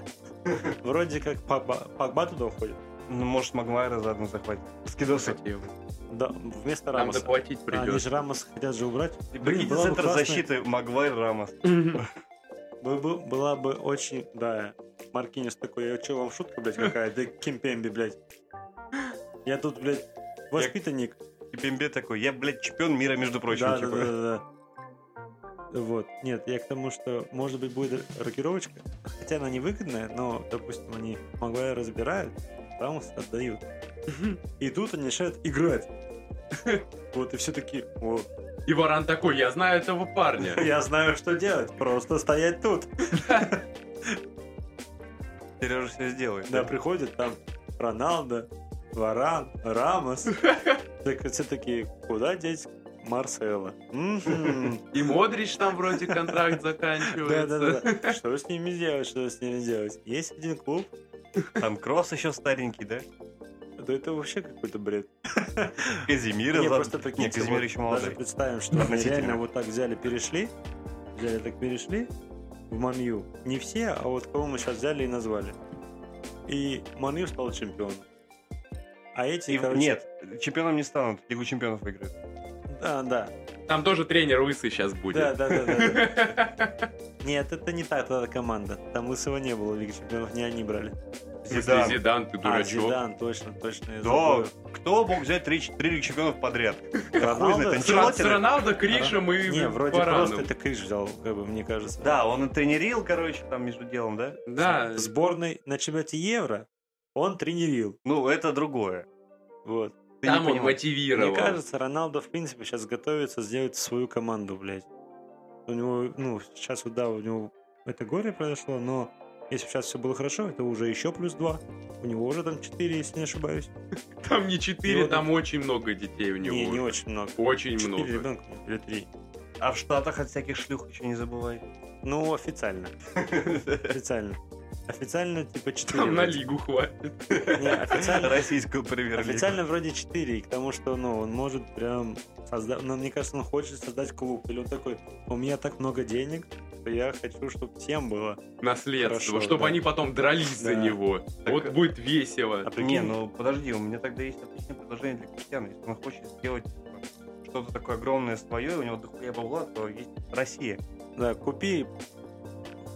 Speaker 2: Вроде как Погба Погба туда уходит.
Speaker 1: Ну, может, Магуайра заодно захватит. Скидосы.
Speaker 3: Хотел.
Speaker 2: Да, вместо
Speaker 3: Там
Speaker 2: Рамоса.
Speaker 3: доплатить
Speaker 2: А, Они же
Speaker 3: придется.
Speaker 2: Рамос хотят же убрать.
Speaker 1: Прикиньте,
Speaker 2: была бы
Speaker 1: центр
Speaker 2: классная-
Speaker 1: защиты Магуайр Рамос.
Speaker 2: Бы- бы- была бы очень, да, Маркинис такой, я что, вам шутка, блядь, какая? Да Кимпемби, блядь. Я тут, блядь, воспитанник.
Speaker 1: И Пембе такой, я, блядь, чемпион мира, между прочим.
Speaker 2: Да, да,
Speaker 1: типа.
Speaker 2: да, да, да. Вот. Нет, я к тому, что, может быть, будет рокировочка. Хотя она невыгодная, но, допустим, они Магуайра разбирают, Рамос отдают. И тут они решают играть. Вот, и все таки вот.
Speaker 3: И Варан такой, я знаю этого парня.
Speaker 2: Я знаю, что делать. Просто стоять тут.
Speaker 1: Сережа все сделает.
Speaker 2: Да, приходит там Роналдо, Варан, Рамос. Так все такие, куда деть Марсела? Мгм.
Speaker 3: И Модрич там
Speaker 2: (laughs)
Speaker 3: вроде контракт заканчивается.
Speaker 2: Да-да-да. Что с ними делать, что с ними делать? Есть один клуб,
Speaker 1: Там Кросс еще старенький, да?
Speaker 2: да это вообще какой-то бред.
Speaker 1: Казимира
Speaker 2: Не,
Speaker 1: зад-
Speaker 2: просто
Speaker 1: Нет,
Speaker 2: прикиньте,
Speaker 1: Казимир
Speaker 2: вот
Speaker 1: еще
Speaker 2: даже
Speaker 1: молодой.
Speaker 2: представим, что они
Speaker 1: Относительно.
Speaker 2: реально вот так взяли, перешли, взяли так перешли в Манью. Не все, а вот кого мы сейчас взяли и назвали. И Манью стал чемпионом. А эти,
Speaker 1: И-
Speaker 2: короче,
Speaker 1: Нет, чемпионом не станут, Лигу чемпионов выиграют.
Speaker 2: Да, да.
Speaker 3: Там тоже тренер лысый сейчас
Speaker 2: Да,
Speaker 3: будет.
Speaker 2: да, да, да. да.
Speaker 3: (laughs)
Speaker 2: Нет, это не та, та команда. Там лысого не было в Лиге Чемпионов, не они брали.
Speaker 3: В смысле,
Speaker 1: Зидан.
Speaker 3: Зидан, ты
Speaker 2: А,
Speaker 3: дурачок.
Speaker 2: Зидан, точно, точно. я
Speaker 1: Да,
Speaker 2: забыл.
Speaker 1: кто мог взять три, три Лиги чемпионов подряд? Да хуй
Speaker 3: (laughs)
Speaker 2: Роналдо?
Speaker 1: знает,
Speaker 3: С Рон- с
Speaker 1: Анчелотти, да?
Speaker 3: Роналдо, Кришем и
Speaker 2: Не, вроде просто
Speaker 3: Вараном.
Speaker 2: это Криш взял, как бы, мне кажется.
Speaker 1: Да, он и тренерил, короче, там между делом, да?
Speaker 3: Да,
Speaker 2: В сборной на чемпионате Евро он тренерил.
Speaker 1: Ну, это другое.
Speaker 2: Вот.
Speaker 1: Ты не
Speaker 3: там он
Speaker 1: понимаешь.
Speaker 3: мотивировал.
Speaker 2: Мне кажется, Роналдо, в принципе, сейчас готовится сделать свою команду, блядь. У него, ну, сейчас, вот, да, у него это горе произошло, но Если бы сейчас все было хорошо, это уже еще плюс 2. У него уже там 4, если не ошибаюсь.
Speaker 3: Там не 4,
Speaker 2: Ну,
Speaker 3: там очень много детей у него.
Speaker 2: Не, не очень много.
Speaker 3: Очень
Speaker 2: Четыре
Speaker 3: много.
Speaker 2: ребенка у него, или три.
Speaker 1: А в Штатах от всяких шлюх еще не забывай.
Speaker 2: Ну, официально. Официально. Официально типа 4.
Speaker 3: Там на лигу хватит.
Speaker 2: Не,
Speaker 1: (laughs)
Speaker 2: официально,
Speaker 1: Российскую премьер
Speaker 2: официально вроде 4, и к тому, что ну, он может прям создать... Ну, мне кажется, он хочет создать клуб. Или он такой, у меня так много денег, что я хочу, чтобы всем было.
Speaker 3: Наследство,
Speaker 2: Хорошо,
Speaker 3: чтобы
Speaker 2: да.
Speaker 3: они потом дрались
Speaker 2: Да.
Speaker 3: за него.
Speaker 1: Так,
Speaker 3: вот будет весело.
Speaker 2: А прикинь,
Speaker 1: Не, ну подожди, у меня тогда есть отличное предложение для Кристиана. Если он хочет сделать типа, что-то такое огромное свое, и у него дохуя бабла, то есть Россия.
Speaker 2: ну, Да, купи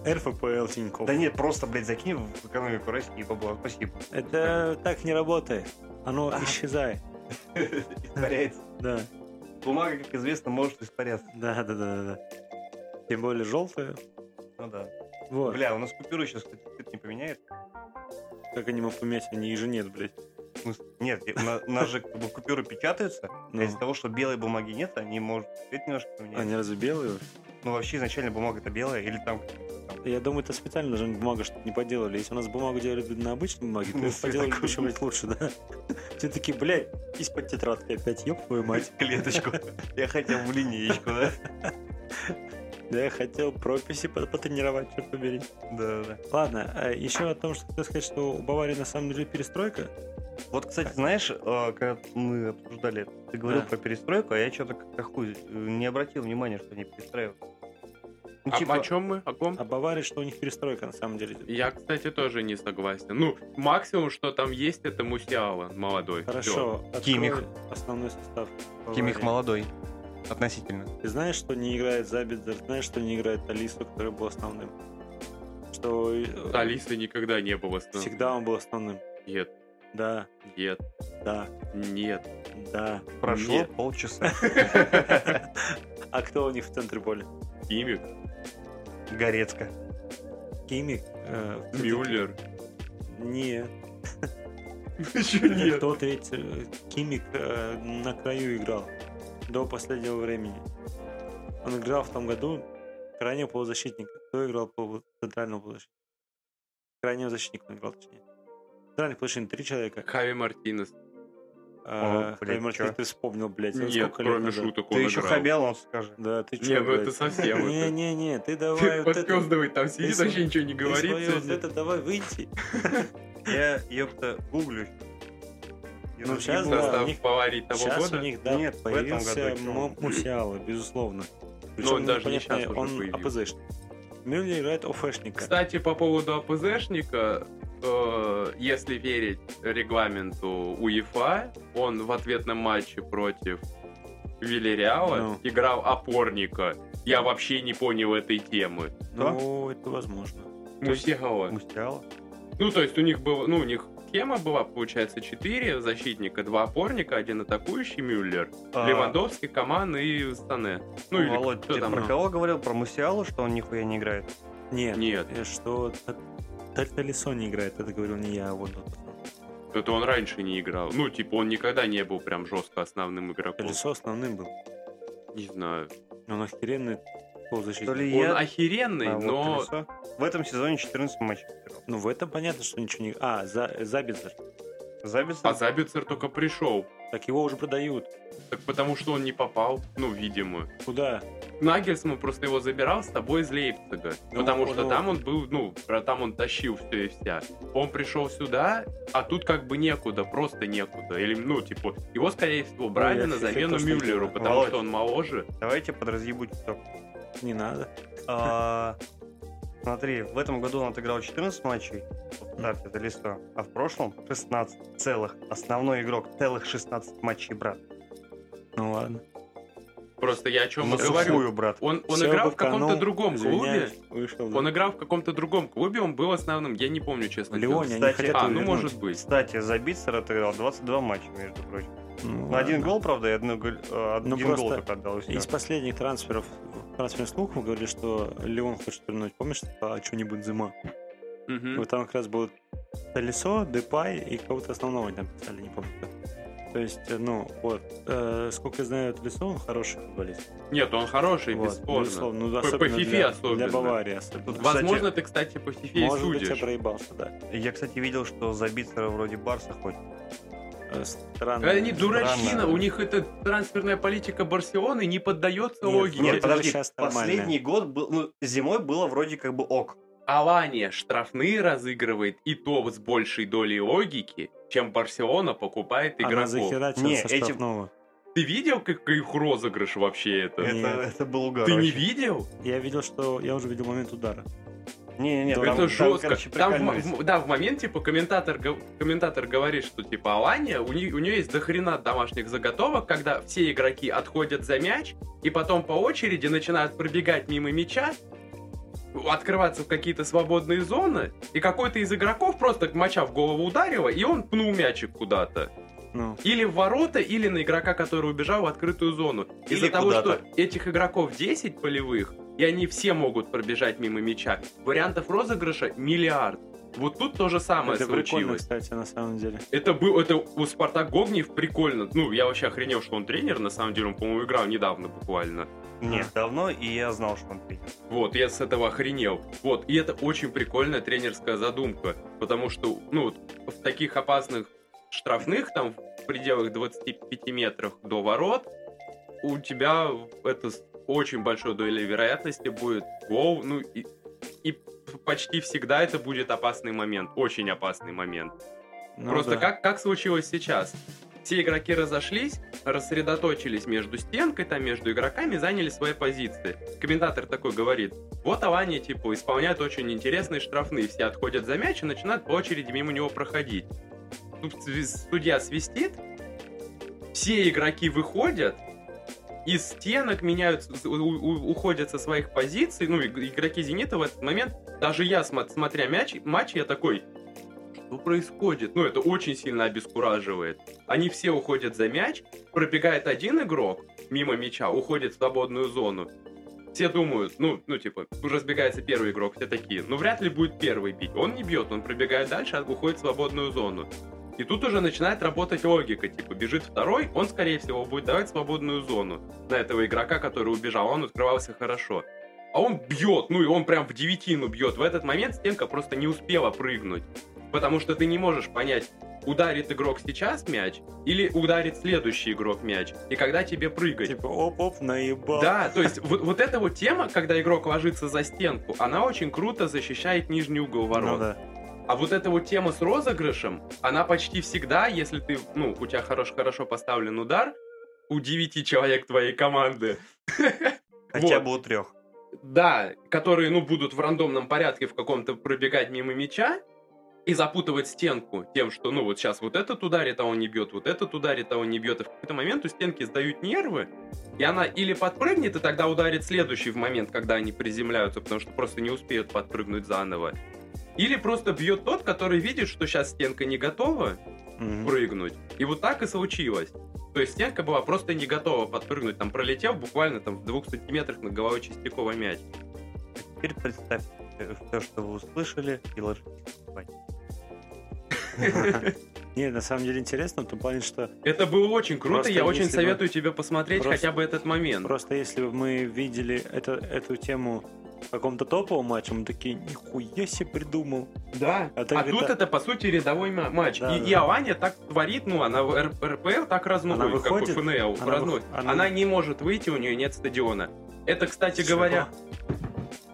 Speaker 2: РФПЛ Тинькофф.
Speaker 1: Да нет, просто, блядь, закинь в экономику России бабла. Спасибо.
Speaker 2: Это так не работает. Оно
Speaker 1: А.
Speaker 2: исчезает.
Speaker 1: Испаряется.
Speaker 2: Да,
Speaker 1: Бумага, как известно, может испаряться.
Speaker 2: да, да, да, да. Тем более желтая.
Speaker 1: Ну да.
Speaker 2: Вот.
Speaker 1: Бля, у нас купюры сейчас, кстати, цвет не поменяет.
Speaker 2: Как они могут поменять, они и же нет, блядь.
Speaker 1: В смысле, Нет, я- у на- у нас же как бы купюры печатаются,
Speaker 2: Ну,
Speaker 1: а из-за того, что белой бумаги нет, они, может, цвет немножко поменяют.
Speaker 2: они разве белые?
Speaker 1: Ну, вообще, изначально бумага-то белая, или там... как-то там.
Speaker 2: Я думаю, это специально должна быть бумага, чтобы не поделали. Если у нас бумагу делали бы на обычной бумаге, то
Speaker 1: Ну,
Speaker 2: их
Speaker 1: всё
Speaker 2: поделали бы
Speaker 1: такое.
Speaker 2: еще, блядь, лучше, да? (laughs) Все такие, блядь, из-под тетрадки опять, ёб твою мать.
Speaker 1: Клеточку. Я хотел в линеечку, да?
Speaker 2: Да я хотел прописи по- потренировать, черт побери.
Speaker 1: Да, да, да.
Speaker 2: Ладно, еще о том, что хотел сказать, что у Баварии на самом деле перестройка.
Speaker 1: Вот, кстати, знаешь, э, когда мы обсуждали, это, ты говорил
Speaker 2: Да.
Speaker 1: про перестройку, а я что-то как-то хуй э, не обратил внимания, что они перестраивают. Ну,
Speaker 3: А
Speaker 1: типа,
Speaker 3: о чем мы? О ком?
Speaker 2: А Баварии, что у них перестройка на самом деле.
Speaker 3: Я, кстати, тоже не согласен. Ну, максимум, что там есть, это Мусиала молодой. Всё.
Speaker 2: Хорошо, открой
Speaker 1: Кимих.
Speaker 2: основной состав.
Speaker 1: Кимих
Speaker 2: Баварии.
Speaker 1: молодой. Относительно.
Speaker 2: Ты знаешь, что не играет Забидер, знаешь, что не играет Алису, который был основным? Что э,
Speaker 3: Алисы никогда не было с нами.
Speaker 2: всегда он был основным.
Speaker 3: Нет,
Speaker 2: Да,
Speaker 3: нет,
Speaker 2: да, (laughs)
Speaker 3: нет.
Speaker 2: да.
Speaker 1: Прошло
Speaker 3: Нет.
Speaker 1: полчаса.
Speaker 2: (laughs) А кто у них в центре поля?
Speaker 3: Кимик,
Speaker 1: Горецко.
Speaker 2: Кимик? э, в центре-
Speaker 3: Мюллер.
Speaker 2: Нет.
Speaker 3: (laughs) Еще нет.
Speaker 2: Кто третий? Кимик э, на краю играл до последнего времени. Он играл в том году крайнего полузащитника. Кто играл по центральному полузащитнику? Крайнего защитника он играл, точнее. Центральный полузащитник три человека.
Speaker 3: Хави Мартинес.
Speaker 2: А,
Speaker 1: О, блядь,
Speaker 2: Хаймер,
Speaker 1: чё?
Speaker 2: ты вспомнил, блядь, он
Speaker 3: Нет,
Speaker 2: сколько лет
Speaker 3: кроме
Speaker 2: назад?
Speaker 3: шуток
Speaker 1: Ты
Speaker 3: он
Speaker 1: еще
Speaker 3: играл.
Speaker 1: хабел, он скажет.
Speaker 2: Да, ты
Speaker 3: Не,
Speaker 2: чё,
Speaker 3: ну это
Speaker 2: блядь?
Speaker 3: совсем это.
Speaker 2: Не-не-не, ты давай
Speaker 3: (laughs) Ты
Speaker 2: вот это...
Speaker 3: подпёздывай, там сидит,
Speaker 2: Ты
Speaker 3: вообще ничего не
Speaker 2: ты
Speaker 3: говорит.
Speaker 2: своё вот
Speaker 3: сегодня.
Speaker 2: это давай выйти.
Speaker 1: Я, ёпта, гуглю. И
Speaker 2: Ну,
Speaker 1: разъебу.
Speaker 2: щас, да.
Speaker 3: Состав
Speaker 2: у них-
Speaker 3: Баварии того
Speaker 2: Сейчас
Speaker 3: года.
Speaker 2: у них, да,
Speaker 1: Нет, в этом
Speaker 2: появился
Speaker 1: году чё?
Speaker 2: Мо- Мусиала, безусловно.
Speaker 3: он
Speaker 2: Причём
Speaker 3: Ну, даже не
Speaker 2: непонятно,
Speaker 3: щас уже
Speaker 2: Он
Speaker 3: появился.
Speaker 2: АПЗшник. Мюллер играет ОФшника.
Speaker 3: Кстати, по поводу АПЗшника, э, если верить регламенту УЕФА, он в ответном матче против Вильяреала
Speaker 2: Ну.
Speaker 3: играл опорника. Я вообще не понял этой темы.
Speaker 2: Ну, это возможно.
Speaker 3: Мусиала.
Speaker 1: Мустиала.
Speaker 3: Ну, то есть у них было, ну, у них схема была, получается, 4 защитника, 2 опорника, один атакующий Мюллер,
Speaker 1: А,
Speaker 3: Левандовский, Коман и Стане. Ну, или
Speaker 1: Володь,
Speaker 3: кто
Speaker 1: ты
Speaker 3: там?
Speaker 1: про кого говорил? Про Мусиалу, что он нихуя не играет?
Speaker 2: Нет,
Speaker 3: Нет,
Speaker 2: э, что Тальталисон не играет, это говорил не я, а вот он.
Speaker 3: это он раньше не играл. Ну, типа, он никогда не был прям жестко основным игроком.
Speaker 2: Колесо основным был.
Speaker 3: Не знаю.
Speaker 2: Он охеренный
Speaker 1: То
Speaker 2: полузащитник.
Speaker 1: ли
Speaker 3: Он
Speaker 1: я,
Speaker 3: охеренный,
Speaker 1: а вот
Speaker 3: но
Speaker 1: колесо. В этом сезоне 14 матчей играл.
Speaker 2: Ну, в этом понятно, что ничего не... А, за, Забицер.
Speaker 1: Забица.
Speaker 3: а Забицер только пришел.
Speaker 2: Так его уже продают.
Speaker 3: Так потому что он не попал, ну, видимо.
Speaker 2: Куда?
Speaker 3: Нагельсман просто его забирал с тобой из Лейпцига.
Speaker 2: Ну,
Speaker 3: потому что
Speaker 2: ну.
Speaker 3: там он был, ну, про- там он тащил все и вся. Он пришел сюда, а тут как бы некуда, просто некуда. Или, ну, типа, его, скорее всего, брали
Speaker 2: Ну, я
Speaker 3: на
Speaker 2: всё- я
Speaker 3: замену
Speaker 2: тоже так
Speaker 3: Мюллеру,
Speaker 2: думаю.
Speaker 3: потому
Speaker 1: Володь.
Speaker 3: что он моложе.
Speaker 1: Давайте подразъебуть чуток.
Speaker 2: Не надо.
Speaker 1: А, Смотри, в этом году он отыграл 14 матчей в старте за листа, а в прошлом 16 целых. Основной игрок целых 16 матчей, брат.
Speaker 2: Ну, ладно.
Speaker 3: Просто я о чем и
Speaker 1: На
Speaker 3: говорю.
Speaker 1: сухую, брат.
Speaker 3: Он, он
Speaker 2: Всё,
Speaker 3: играл в
Speaker 2: Бакану,
Speaker 3: каком-то другом клубе.
Speaker 2: ну, извиняюсь, Вышел, да.
Speaker 3: Он играл в каком-то другом клубе, он был основным, я не помню,
Speaker 2: В
Speaker 3: честно.
Speaker 2: Лионе, они
Speaker 1: Кстати,
Speaker 2: хотят
Speaker 3: А,
Speaker 2: его
Speaker 3: ну
Speaker 2: вернуть.
Speaker 3: может быть.
Speaker 1: Кстати, Забицер отыграл 22 матча, между прочим.
Speaker 2: Ну,
Speaker 1: Ну, Один
Speaker 2: ладно.
Speaker 1: гол, правда, и одну голь- э, один
Speaker 2: Ну,
Speaker 1: гол
Speaker 2: просто
Speaker 1: только отдал. и всё.
Speaker 2: Из последних трансферов, трансферных слухов говорили, что Леон хочет вернуть, помнишь, типа, а что-нибудь зима.
Speaker 3: Мгм.
Speaker 2: Вот там как раз было Талисо, Депай и кого-то основного там писали, не помню. кто. То есть, ну, вот, э, сколько я знаю, Лисо, он хороший футболист.
Speaker 3: Нет, он хороший,
Speaker 2: Вот,
Speaker 3: бесспорно.
Speaker 2: безусловно. Ну,
Speaker 3: По- по
Speaker 2: особенно
Speaker 3: фифе
Speaker 2: для,
Speaker 3: особенно.
Speaker 2: Для Баварии особенно.
Speaker 1: Тут
Speaker 3: Возможно, ты, кстати, по фифе и
Speaker 2: Может быть, я
Speaker 3: судишь.
Speaker 2: проебался, да.
Speaker 1: Я, кстати, видел, что за Битцера вроде Барса ходит.
Speaker 2: Э, Странно.
Speaker 3: Они дурачина,
Speaker 1: Странно.
Speaker 3: у них эта трансферная политика Барселоны не поддается
Speaker 2: Нет,
Speaker 3: логике.
Speaker 1: Нет,
Speaker 2: это
Speaker 1: Ну, подожди,
Speaker 2: щас нормально.
Speaker 1: последний год был, ну, зимой было вроде как бы ок.
Speaker 3: Алания штрафные разыгрывает и то с большей долей логики, чем Барселона покупает
Speaker 2: Она
Speaker 3: игроков.
Speaker 2: захерачила
Speaker 1: Не,
Speaker 2: со
Speaker 1: эти-
Speaker 2: штрафного.
Speaker 3: Ты видел, как их розыгрыш вообще это?
Speaker 1: Это,
Speaker 2: Нет.
Speaker 1: это был угар.
Speaker 3: Ты не
Speaker 1: вообще.
Speaker 3: видел?
Speaker 2: Я видел, что... Я уже видел момент удара.
Speaker 1: Не-не-не,
Speaker 2: Это
Speaker 1: там-
Speaker 3: это
Speaker 1: там,
Speaker 3: жестко.
Speaker 1: короче,
Speaker 3: Там в мо-
Speaker 1: прикольно.
Speaker 3: в- да, в момент, типа, комментатор, гов- комментатор говорит, что, типа, Алания, у, нее, у нее есть дохрена домашних заготовок, когда все игроки отходят за мяч, и потом по очереди начинают пробегать мимо мяча, открываться в какие-то свободные зоны, и какой-то из игроков просто мяча в голову ударила, и он пнул мячик куда-то.
Speaker 2: Ну,
Speaker 3: Или в ворота, или на игрока, который убежал в открытую зону.
Speaker 1: Или
Speaker 3: Из-за того,
Speaker 1: куда-то.
Speaker 3: что этих игроков 10 полевых, и они все могут пробежать мимо мяча, вариантов розыгрыша миллиард. Вот тут то же самое
Speaker 2: это прикольно,
Speaker 3: случилось.
Speaker 2: кстати, на самом деле.
Speaker 3: Это был, это у Спартак Гогниев прикольно. Ну, я вообще охренел, что он тренер, на самом деле, он, по-моему, играл недавно буквально.
Speaker 1: Нет, давно, и я знал, что он тренер.
Speaker 3: Вот, я с этого охренел. Вот, и это очень прикольная тренерская задумка, потому что, ну, вот в таких опасных штрафных, там, в пределах 25 метров до ворот, у тебя это с очень большой долей вероятности будет гол, ну, и, и почти всегда это будет опасный момент, очень опасный момент.
Speaker 2: Ну
Speaker 3: Просто
Speaker 2: да.
Speaker 3: как, как случилось сейчас? Все игроки разошлись, рассредоточились между стенкой, там между игроками, заняли свои позиции. Комментатор такой говорит, вот Алания, типа, исполняет очень интересные штрафные, все отходят за мяч и начинают по очереди мимо него проходить. Тут сви- Судья свистит, все игроки выходят, из стенок меняют, у- у- уходят со своих позиций, ну, иг- игроки «Зенита» в этот момент, даже я, смо- смотря мяч, матч, я такой, что происходит? Ну, это очень сильно обескураживает. Они все уходят за мяч, пробегает один игрок мимо мяча, уходит в свободную зону. Все думают, ну, ну, типа, разбегается первый игрок, все такие, ну, вряд ли будет первый бить. Он не бьет, он пробегает дальше, а уходит в свободную зону. И тут уже начинает работать логика, типа, бежит второй, он, скорее всего, будет давать свободную зону на этого игрока, который убежал, он открывался хорошо. А он бьет, ну и он прям в девятину бьет. В этот момент стенка просто не успела прыгнуть. Потому что ты не можешь понять, ударит игрок сейчас мяч или ударит следующий игрок мяч. И когда тебе прыгать.
Speaker 2: Типа, оп-оп, наебал.
Speaker 3: Да, то есть вот, вот эта вот тема, когда игрок ложится за стенку, она очень круто защищает нижний угол ворот.
Speaker 2: Ну да.
Speaker 3: А вот эта вот тема с розыгрышем, она почти всегда, если ты, ну, у тебя хорош, хорошо поставлен удар, у девяти человек твоей команды,
Speaker 1: Хотя
Speaker 3: Вот.
Speaker 1: бы у трех.
Speaker 3: да, которые, ну, будут в рандомном порядке в каком-то пробегать мимо мяча и запутывать стенку тем, что, ну, вот сейчас вот этот ударит, а он не бьет, вот этот ударит, а он не бьет. И в какой-то момент у стенки сдают нервы, и она или подпрыгнет, и тогда ударит следующий в момент, когда они приземляются, потому что просто не успеют подпрыгнуть заново. Или просто бьет тот, который видит, что сейчас стенка не готова,
Speaker 2: Мгм.
Speaker 3: прыгнуть. И вот так и случилось. То есть стенка была просто не готова подпрыгнуть, там пролетел буквально там в двух сантиметрах на головой Чистякова мяч.
Speaker 1: А теперь представьте все, что вы услышали, и ложитесь.
Speaker 2: (laughs) Не, на самом деле интересно в том плане, что
Speaker 3: Это было очень круто,
Speaker 2: Просто
Speaker 3: я очень
Speaker 2: если бы-
Speaker 3: советую тебе посмотреть
Speaker 2: Просто-
Speaker 3: хотя бы этот момент.
Speaker 2: просто если бы мы видели это, эту тему в каком-то топовом матче, мы такие, нихуя себе придумал.
Speaker 3: Да. А,
Speaker 2: А так
Speaker 3: тут
Speaker 2: это-
Speaker 3: это, по сути, рядовой ма- матч.
Speaker 2: Да,
Speaker 3: и,
Speaker 2: да.
Speaker 3: и Алания так творит, ну, она в Р- РПЛ так разносит,
Speaker 2: Она
Speaker 3: как
Speaker 2: выходит,
Speaker 3: у ФНЛ,
Speaker 2: она
Speaker 3: разносит.
Speaker 2: вых-
Speaker 3: Она...
Speaker 2: она-
Speaker 3: не может выйти, у нее нет стадиона. Это, кстати
Speaker 2: Чего?
Speaker 3: говоря,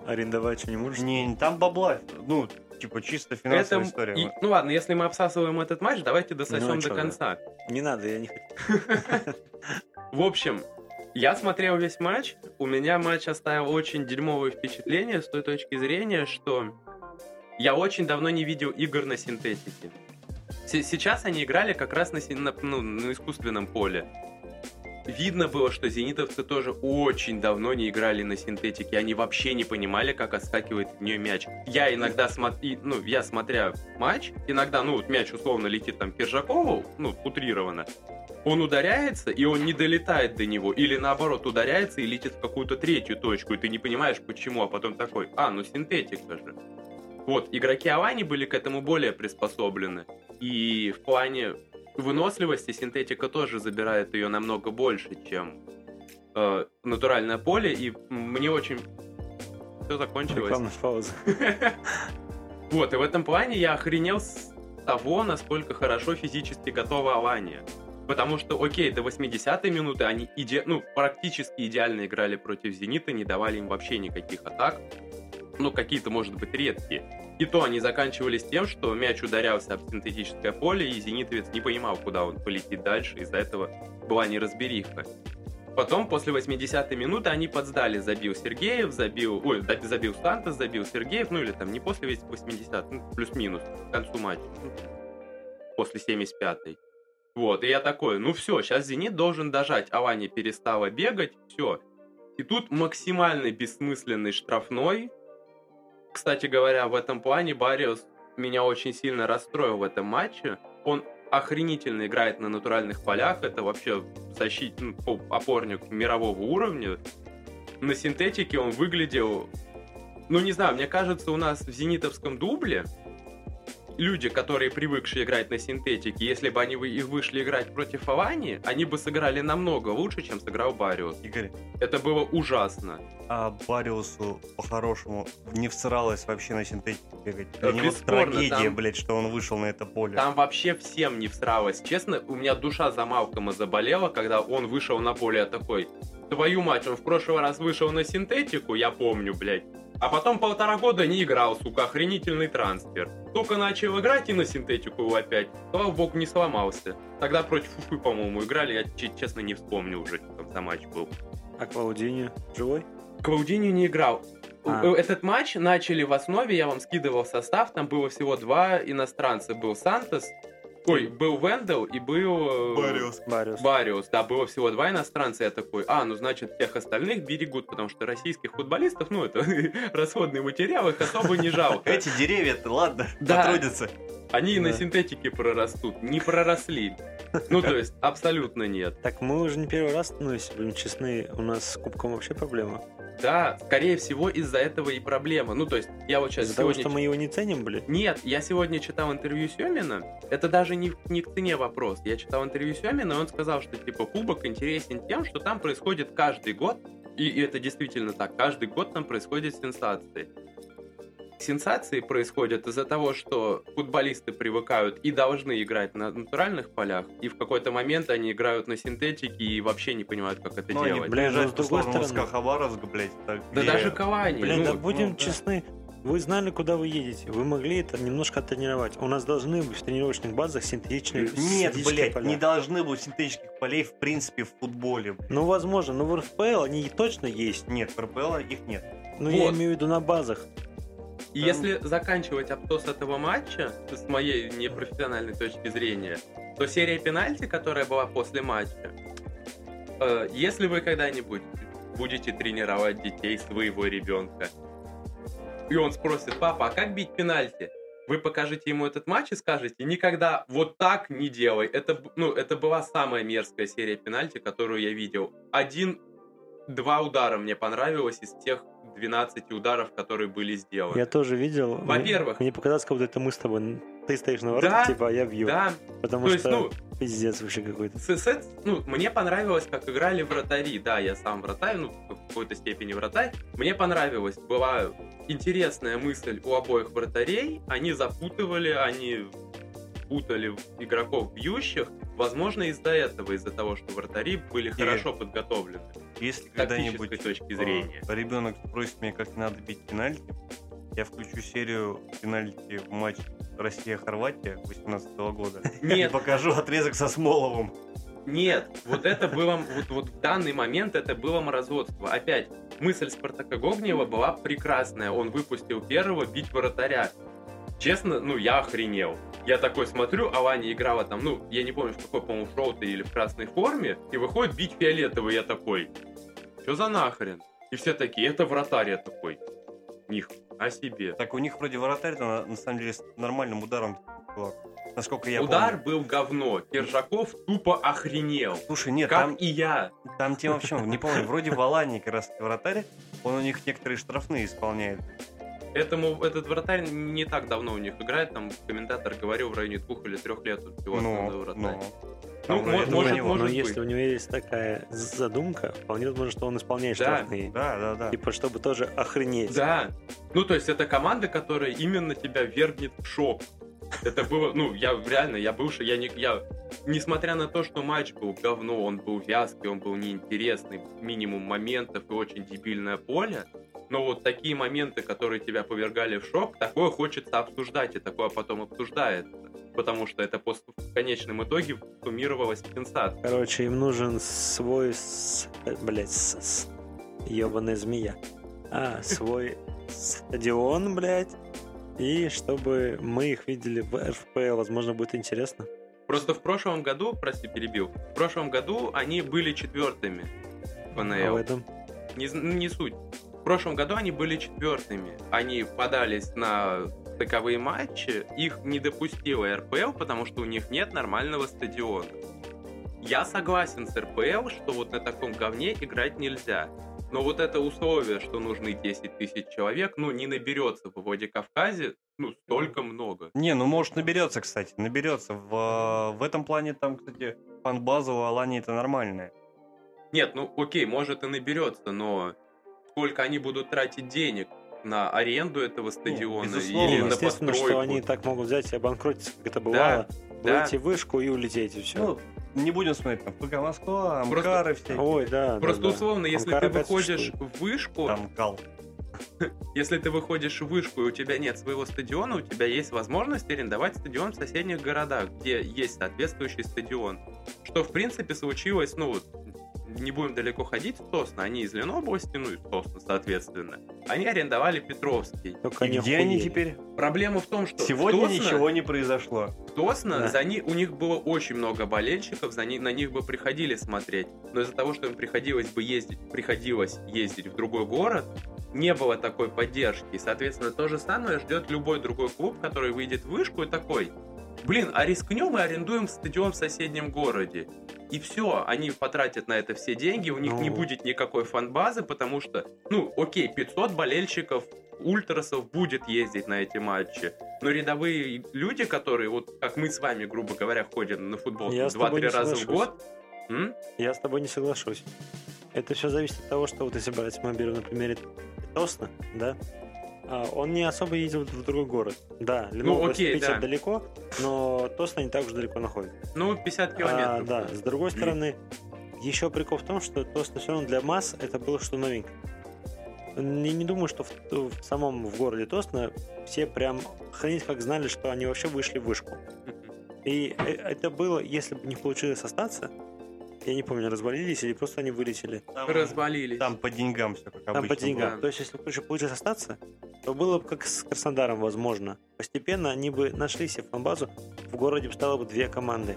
Speaker 2: Арендовать что не можешь?
Speaker 1: Не, не, там бабла. Ну, типа чисто
Speaker 3: это...
Speaker 1: финансовая история.
Speaker 3: и- Ну ладно, если мы обсасываем этот матч, давайте дососем
Speaker 2: Ну, а
Speaker 3: до
Speaker 2: чё, да.
Speaker 3: конца.
Speaker 2: Не надо, я не хочу.
Speaker 3: В общем, я смотрел весь матч. У меня матч оставил очень дерьмовое впечатление с той точки зрения, что я очень давно не видел игр на синтетике. Се- Сейчас они играли как раз на, син- на- ну, на искусственном поле. Видно было, что зенитовцы тоже очень давно не играли на синтетике. Они вообще не понимали, как отскакивает в нее мяч. Я иногда смотрю, ну, я смотря матч, иногда, ну, вот мяч условно летит там Пержакову, ну, утрированно, он ударяется, и он не долетает до него. Или наоборот, ударяется и летит в какую-то третью точку, и ты не понимаешь, почему, а потом такой, а, ну синтетика же. Вот, игроки Авани были к этому более приспособлены. И в плане выносливости синтетика тоже забирает ее намного больше, чем э, натуральное поле. И мне очень... Все закончилось.
Speaker 2: Рекламная пауза.
Speaker 3: Вот, и в этом плане я охренел с того, насколько хорошо физически готова Алания. Потому что, окей, до 80-й минуты они иде... ну, практически идеально играли против «Зенита», не давали им вообще никаких атак. Ну, какие-то, может быть, редкие. И то они заканчивались тем, что мяч ударялся об синтетическое поле, и «Зенитовец» не понимал, куда он полетит дальше, из-за этого была неразбериха. Потом, после 80-й минуты, они подсдали. Забил Сергеев, забил... Ой, да- забил Сантос, забил Сергеев. Ну, или там не после весь 80 ну, плюс-минус, к концу матча. Ну, После 75-й. Вот, и я такой, ну все, сейчас «Зенит» должен дожать. Авани перестала бегать, все. И тут максимально бессмысленный штрафной. Кстати говоря, в этом плане Бариос меня очень сильно расстроил в этом матче. Он охренительно играет на натуральных полях. Это вообще защитник, ну, опорник мирового уровня. На синтетике он выглядел... Ну, не знаю, мне кажется, у нас в зенитовском дубле люди, которые привыкшие играть на синтетике, если бы они вы- и вышли играть против Авани, они бы сыграли намного лучше, чем сыграл Бариус.
Speaker 1: Игорь,
Speaker 3: Это было ужасно.
Speaker 1: а Бариусу по-хорошему не всралось вообще на синтетике бегать. Для
Speaker 3: Да,
Speaker 1: него
Speaker 3: бесспорно,
Speaker 1: трагедия,
Speaker 3: там-
Speaker 1: блядь, что он вышел на это поле.
Speaker 3: Там вообще всем не всралось. Честно, у меня душа за Малкома заболела, когда он вышел на поле я такой. Твою мать, он в прошлый раз вышел на синтетику, я помню, блядь. А потом полтора года не играл, сука, охренительный трансфер. Только начал играть и на синтетику его опять. Слава богу, не сломался. Тогда против Уфы, по-моему, играли, я, че- честно, не вспомню уже, там за матч был.
Speaker 2: А Клаудини живой?
Speaker 3: Клаудини не играл.
Speaker 2: А.
Speaker 3: Э, Этот матч начали в основе, я вам скидывал состав, там было всего два иностранца. Был Сантос, ой, был Вендел и был... э,
Speaker 2: Бариус.
Speaker 3: Бариус, да, было всего два иностранца, я такой, а, ну значит всех остальных берегут, потому что российских футболистов, ну это (laughs) расходный материал, их особо не жалко.
Speaker 1: Эти деревья-то, ладно,
Speaker 3: Да.
Speaker 1: потрудятся.
Speaker 3: (laughs) Они и на
Speaker 2: Да.
Speaker 3: синтетике прорастут, не проросли. Ну то есть абсолютно нет.
Speaker 2: Так мы уже не первый раз становимся, будем честны, у нас с кубком вообще проблема.
Speaker 3: Да, скорее всего из-за этого и проблема. Ну то есть я вот сейчас
Speaker 2: Из-за того,
Speaker 3: сегодня...
Speaker 2: что мы его не ценим, блин.
Speaker 3: Нет, я сегодня читал интервью Семина. Это даже не, не к цене вопрос. Я читал интервью Семина, и он сказал, что типа кубок интересен тем, что там происходит каждый год. И, и это действительно так. Каждый год там происходят сенсации. Сенсации происходят из-за того, что футболисты привыкают и должны играть на натуральных полях, и в какой-то момент они играют на синтетике и вообще не понимают, как это
Speaker 1: Ну, они
Speaker 3: делать.
Speaker 2: блин,
Speaker 1: приезжают
Speaker 2: с
Speaker 1: к
Speaker 2: другой
Speaker 1: условному
Speaker 2: стороны-
Speaker 1: Хабаровск, блядь. так,
Speaker 3: да
Speaker 1: где-
Speaker 3: даже Кавани.
Speaker 2: Блин,
Speaker 3: ну,
Speaker 2: да будем
Speaker 1: ну, да.
Speaker 2: честны, вы знали, куда вы едете. Вы могли это немножко оттренировать. У нас должны быть в тренировочных базах
Speaker 3: Э,
Speaker 2: синтетичные
Speaker 1: Нет,
Speaker 2: синтетические
Speaker 1: блядь,
Speaker 2: поля.
Speaker 1: не должны быть синтетических полей в принципе в футболе. блядь.
Speaker 2: Ну, возможно, но в РФПЛ они и точно есть.
Speaker 1: Нет, в РПЛ их нет.
Speaker 2: Но я
Speaker 3: Вот.
Speaker 2: имею в виду на базах.
Speaker 3: И если заканчивать обтос этого матча, с моей непрофессиональной точки зрения, то серия пенальти, которая была после матча, э, если вы когда-нибудь будете тренировать детей своего ребенка, и он спросит, папа, а как бить пенальти? Вы покажете ему этот матч и скажете, никогда вот так не делай. Это, б- ну, это была самая мерзкая серия пенальти, которую я видел. Один, два удара мне понравилось из тех 12 ударов, которые были сделаны.
Speaker 2: Я тоже видел. Мне-
Speaker 3: Во-первых.
Speaker 2: Мне показалось, как будто это мы с тобой. Ты стоишь на воротах,
Speaker 3: Да,
Speaker 2: типа, а я бью.
Speaker 3: Да,
Speaker 2: Потому
Speaker 3: то
Speaker 2: что
Speaker 3: есть, ну,
Speaker 2: пиздец вообще какой-то.
Speaker 3: с- с- ну, мне понравилось, как играли вратари. Да, я сам вратарь, ну, в какой-то степени вратарь. Мне понравилось, была интересная мысль у обоих вратарей. Они запутывали, они путали игроков бьющих. Возможно, из-за этого, из-за того, что вратари были хорошо подготовлены.
Speaker 1: Если
Speaker 3: Тактической
Speaker 1: когда-нибудь
Speaker 3: точки зрения.
Speaker 1: э, ребенок спросит меня, как надо бить пенальти, я включу серию пенальти в матч Россия-Хорватия 2018
Speaker 3: (laughs)
Speaker 1: года и
Speaker 3: Нет,
Speaker 1: покажу отрезок со Смоловым.
Speaker 3: Нет, вот это было, вот, вот в данный момент это было морозотство. Опять, мысль Спартака Гогнева была прекрасная. Он выпустил первого бить вратаря. Честно, ну я охренел. Я такой смотрю, Аланя играла там, ну, я не помню, в какой, по-моему, в желтой или в красной форме, и выходит бить фиолетовый, я такой, что за нахрен? И все такие, это вратарь, я такой, них, а себе.
Speaker 1: Так у них вроде вратарь на, на самом деле с нормальным ударом был. Насколько я
Speaker 3: Удар
Speaker 1: помню.
Speaker 3: был говно, Киржаков тупо охренел.
Speaker 1: Слушай, нет,
Speaker 3: как
Speaker 1: там,
Speaker 3: и я.
Speaker 1: Там тема в чем? Не помню, вроде в Алании как раз вратарь, он у них некоторые штрафные исполняет.
Speaker 3: Этому этот вратарь не так давно у них играет, там комментатор говорил в районе двух или трех лет у всего основного
Speaker 1: Ну,
Speaker 3: вратаря.
Speaker 1: ну.
Speaker 3: Ну,
Speaker 1: Там
Speaker 3: мо-
Speaker 1: вариантов
Speaker 3: может,
Speaker 1: у него.
Speaker 2: Но
Speaker 3: может
Speaker 2: если
Speaker 3: быть.
Speaker 2: у него есть такая задумка, вполне возможно, что он исполняет
Speaker 3: Да,
Speaker 2: штрафные.
Speaker 1: Да, да, да.
Speaker 2: Типа, чтобы тоже охренеть.
Speaker 3: Да. Ну, то есть это команда, которая именно тебя вергнет в шок. Это было, ну, я реально, я бывший, я не, я, несмотря на то, что матч был говно, он был вязкий, он был неинтересный, минимум моментов и очень дебильное поле, но вот такие моменты, которые тебя повергали в шок, такое хочется обсуждать, и такое потом обсуждается, потому что это пос- в конечном итоге суммировалось в сенсацию.
Speaker 2: Короче, им нужен свой... С... э, Блядь, с... с- ёбаная змея. А, свой стадион, блядь. И чтобы мы их видели в РФП, возможно, будет интересно.
Speaker 3: Просто в прошлом году, прости, перебил, в прошлом году они были четвертыми в
Speaker 2: А в
Speaker 3: НЛ.
Speaker 2: этом
Speaker 3: не, зн- не суть. В прошлом году они были четвертыми. Они подались на таковые матчи. Их не допустила РПЛ, потому что у них нет нормального стадиона. Я согласен с РПЛ, что вот на таком говне играть нельзя. Но вот это условие, что нужны 10 тысяч человек, ну, не наберется в Владикавказе, ну, столько много.
Speaker 1: Не, ну может наберется, кстати, наберется. В, в этом плане там, кстати, фан-база у Алании это нормальная.
Speaker 3: Нет, ну, окей, может и наберется, но сколько они будут тратить денег на аренду этого стадиона
Speaker 1: безусловно.
Speaker 3: или на
Speaker 2: Ну, естественно, что
Speaker 3: постройку?
Speaker 2: они так могут взять и обанкротиться, как это бывало.
Speaker 3: да.
Speaker 2: Выйти в вышку и улететь, и все.
Speaker 1: Ну, не будем смотреть, там ПК Москва,
Speaker 3: Просто-
Speaker 1: Амкары всякие.
Speaker 2: Ой, да.
Speaker 3: Ну, Просто
Speaker 2: да, да.
Speaker 3: условно, если
Speaker 2: Амкара
Speaker 3: ты
Speaker 2: опять
Speaker 3: выходишь
Speaker 2: существует.
Speaker 3: в вышку,
Speaker 1: Там Кал.
Speaker 3: если ты выходишь в вышку и у тебя нет своего стадиона, у тебя есть возможность арендовать стадион в соседних городах, где есть соответствующий стадион. Что, в принципе, случилось, ну вот, не будем далеко ходить, Сосна, они из Ленобласти, ну и Сосна, соответственно. Они арендовали Петровский.
Speaker 2: Только
Speaker 1: И где
Speaker 2: охуели.
Speaker 1: они теперь?
Speaker 3: Проблема в том, что
Speaker 1: Сегодня
Speaker 3: Сосна-
Speaker 1: ничего не произошло.
Speaker 3: Тосно,
Speaker 2: Да.
Speaker 3: за них, у них было очень много болельщиков, за ни- на них бы приходили смотреть. Но из-за того, что им приходилось бы ездить, приходилось ездить в другой город, не было такой поддержки. И, соответственно, то же самое ждет любой другой клуб, который выйдет в вышку и такой, блин, а рискнем и арендуем стадион в соседнем городе. И все, они потратят на это все деньги, у них не
Speaker 2: Ну.
Speaker 3: будет никакой фан-базы, потому что, ну, окей, 500 болельщиков ультрасов будет ездить на эти матчи. Но рядовые люди, которые, вот как мы с вами, грубо говоря, ходим на футбол
Speaker 2: Я с тобой
Speaker 3: 2-3
Speaker 2: не
Speaker 3: раза в
Speaker 2: соглашусь.
Speaker 3: год, м?
Speaker 2: Я с тобой не соглашусь. Это все зависит от того, что вот если брать, мы берем на примере Тосна, да, а, он не особо ездил в другой город. Да, Ленобласть,
Speaker 3: Ну, окей,
Speaker 2: Питер
Speaker 3: да.
Speaker 2: далеко, но Тосна не так уж далеко находит.
Speaker 3: ну, 50
Speaker 2: А,
Speaker 3: километров.
Speaker 2: да, с другой стороны, еще прикол в том, что Тосна все равно для масс это было что новенькое. Я не думаю, что в, в самом в городе Тосна все прям хранить как знали, что они вообще вышли в вышку. И э- это было, если бы не получилось остаться, я не помню, разболелись или просто они вылетели.
Speaker 1: Там,
Speaker 3: Развалились.
Speaker 1: там по деньгам все как
Speaker 2: Там
Speaker 1: обычно.
Speaker 2: по деньгам.
Speaker 3: было.
Speaker 2: То есть, если бы еще получилось остаться, то было бы как с Краснодаром, возможно. Постепенно они бы нашли себе фан-базу, в городе бы стало бы две команды.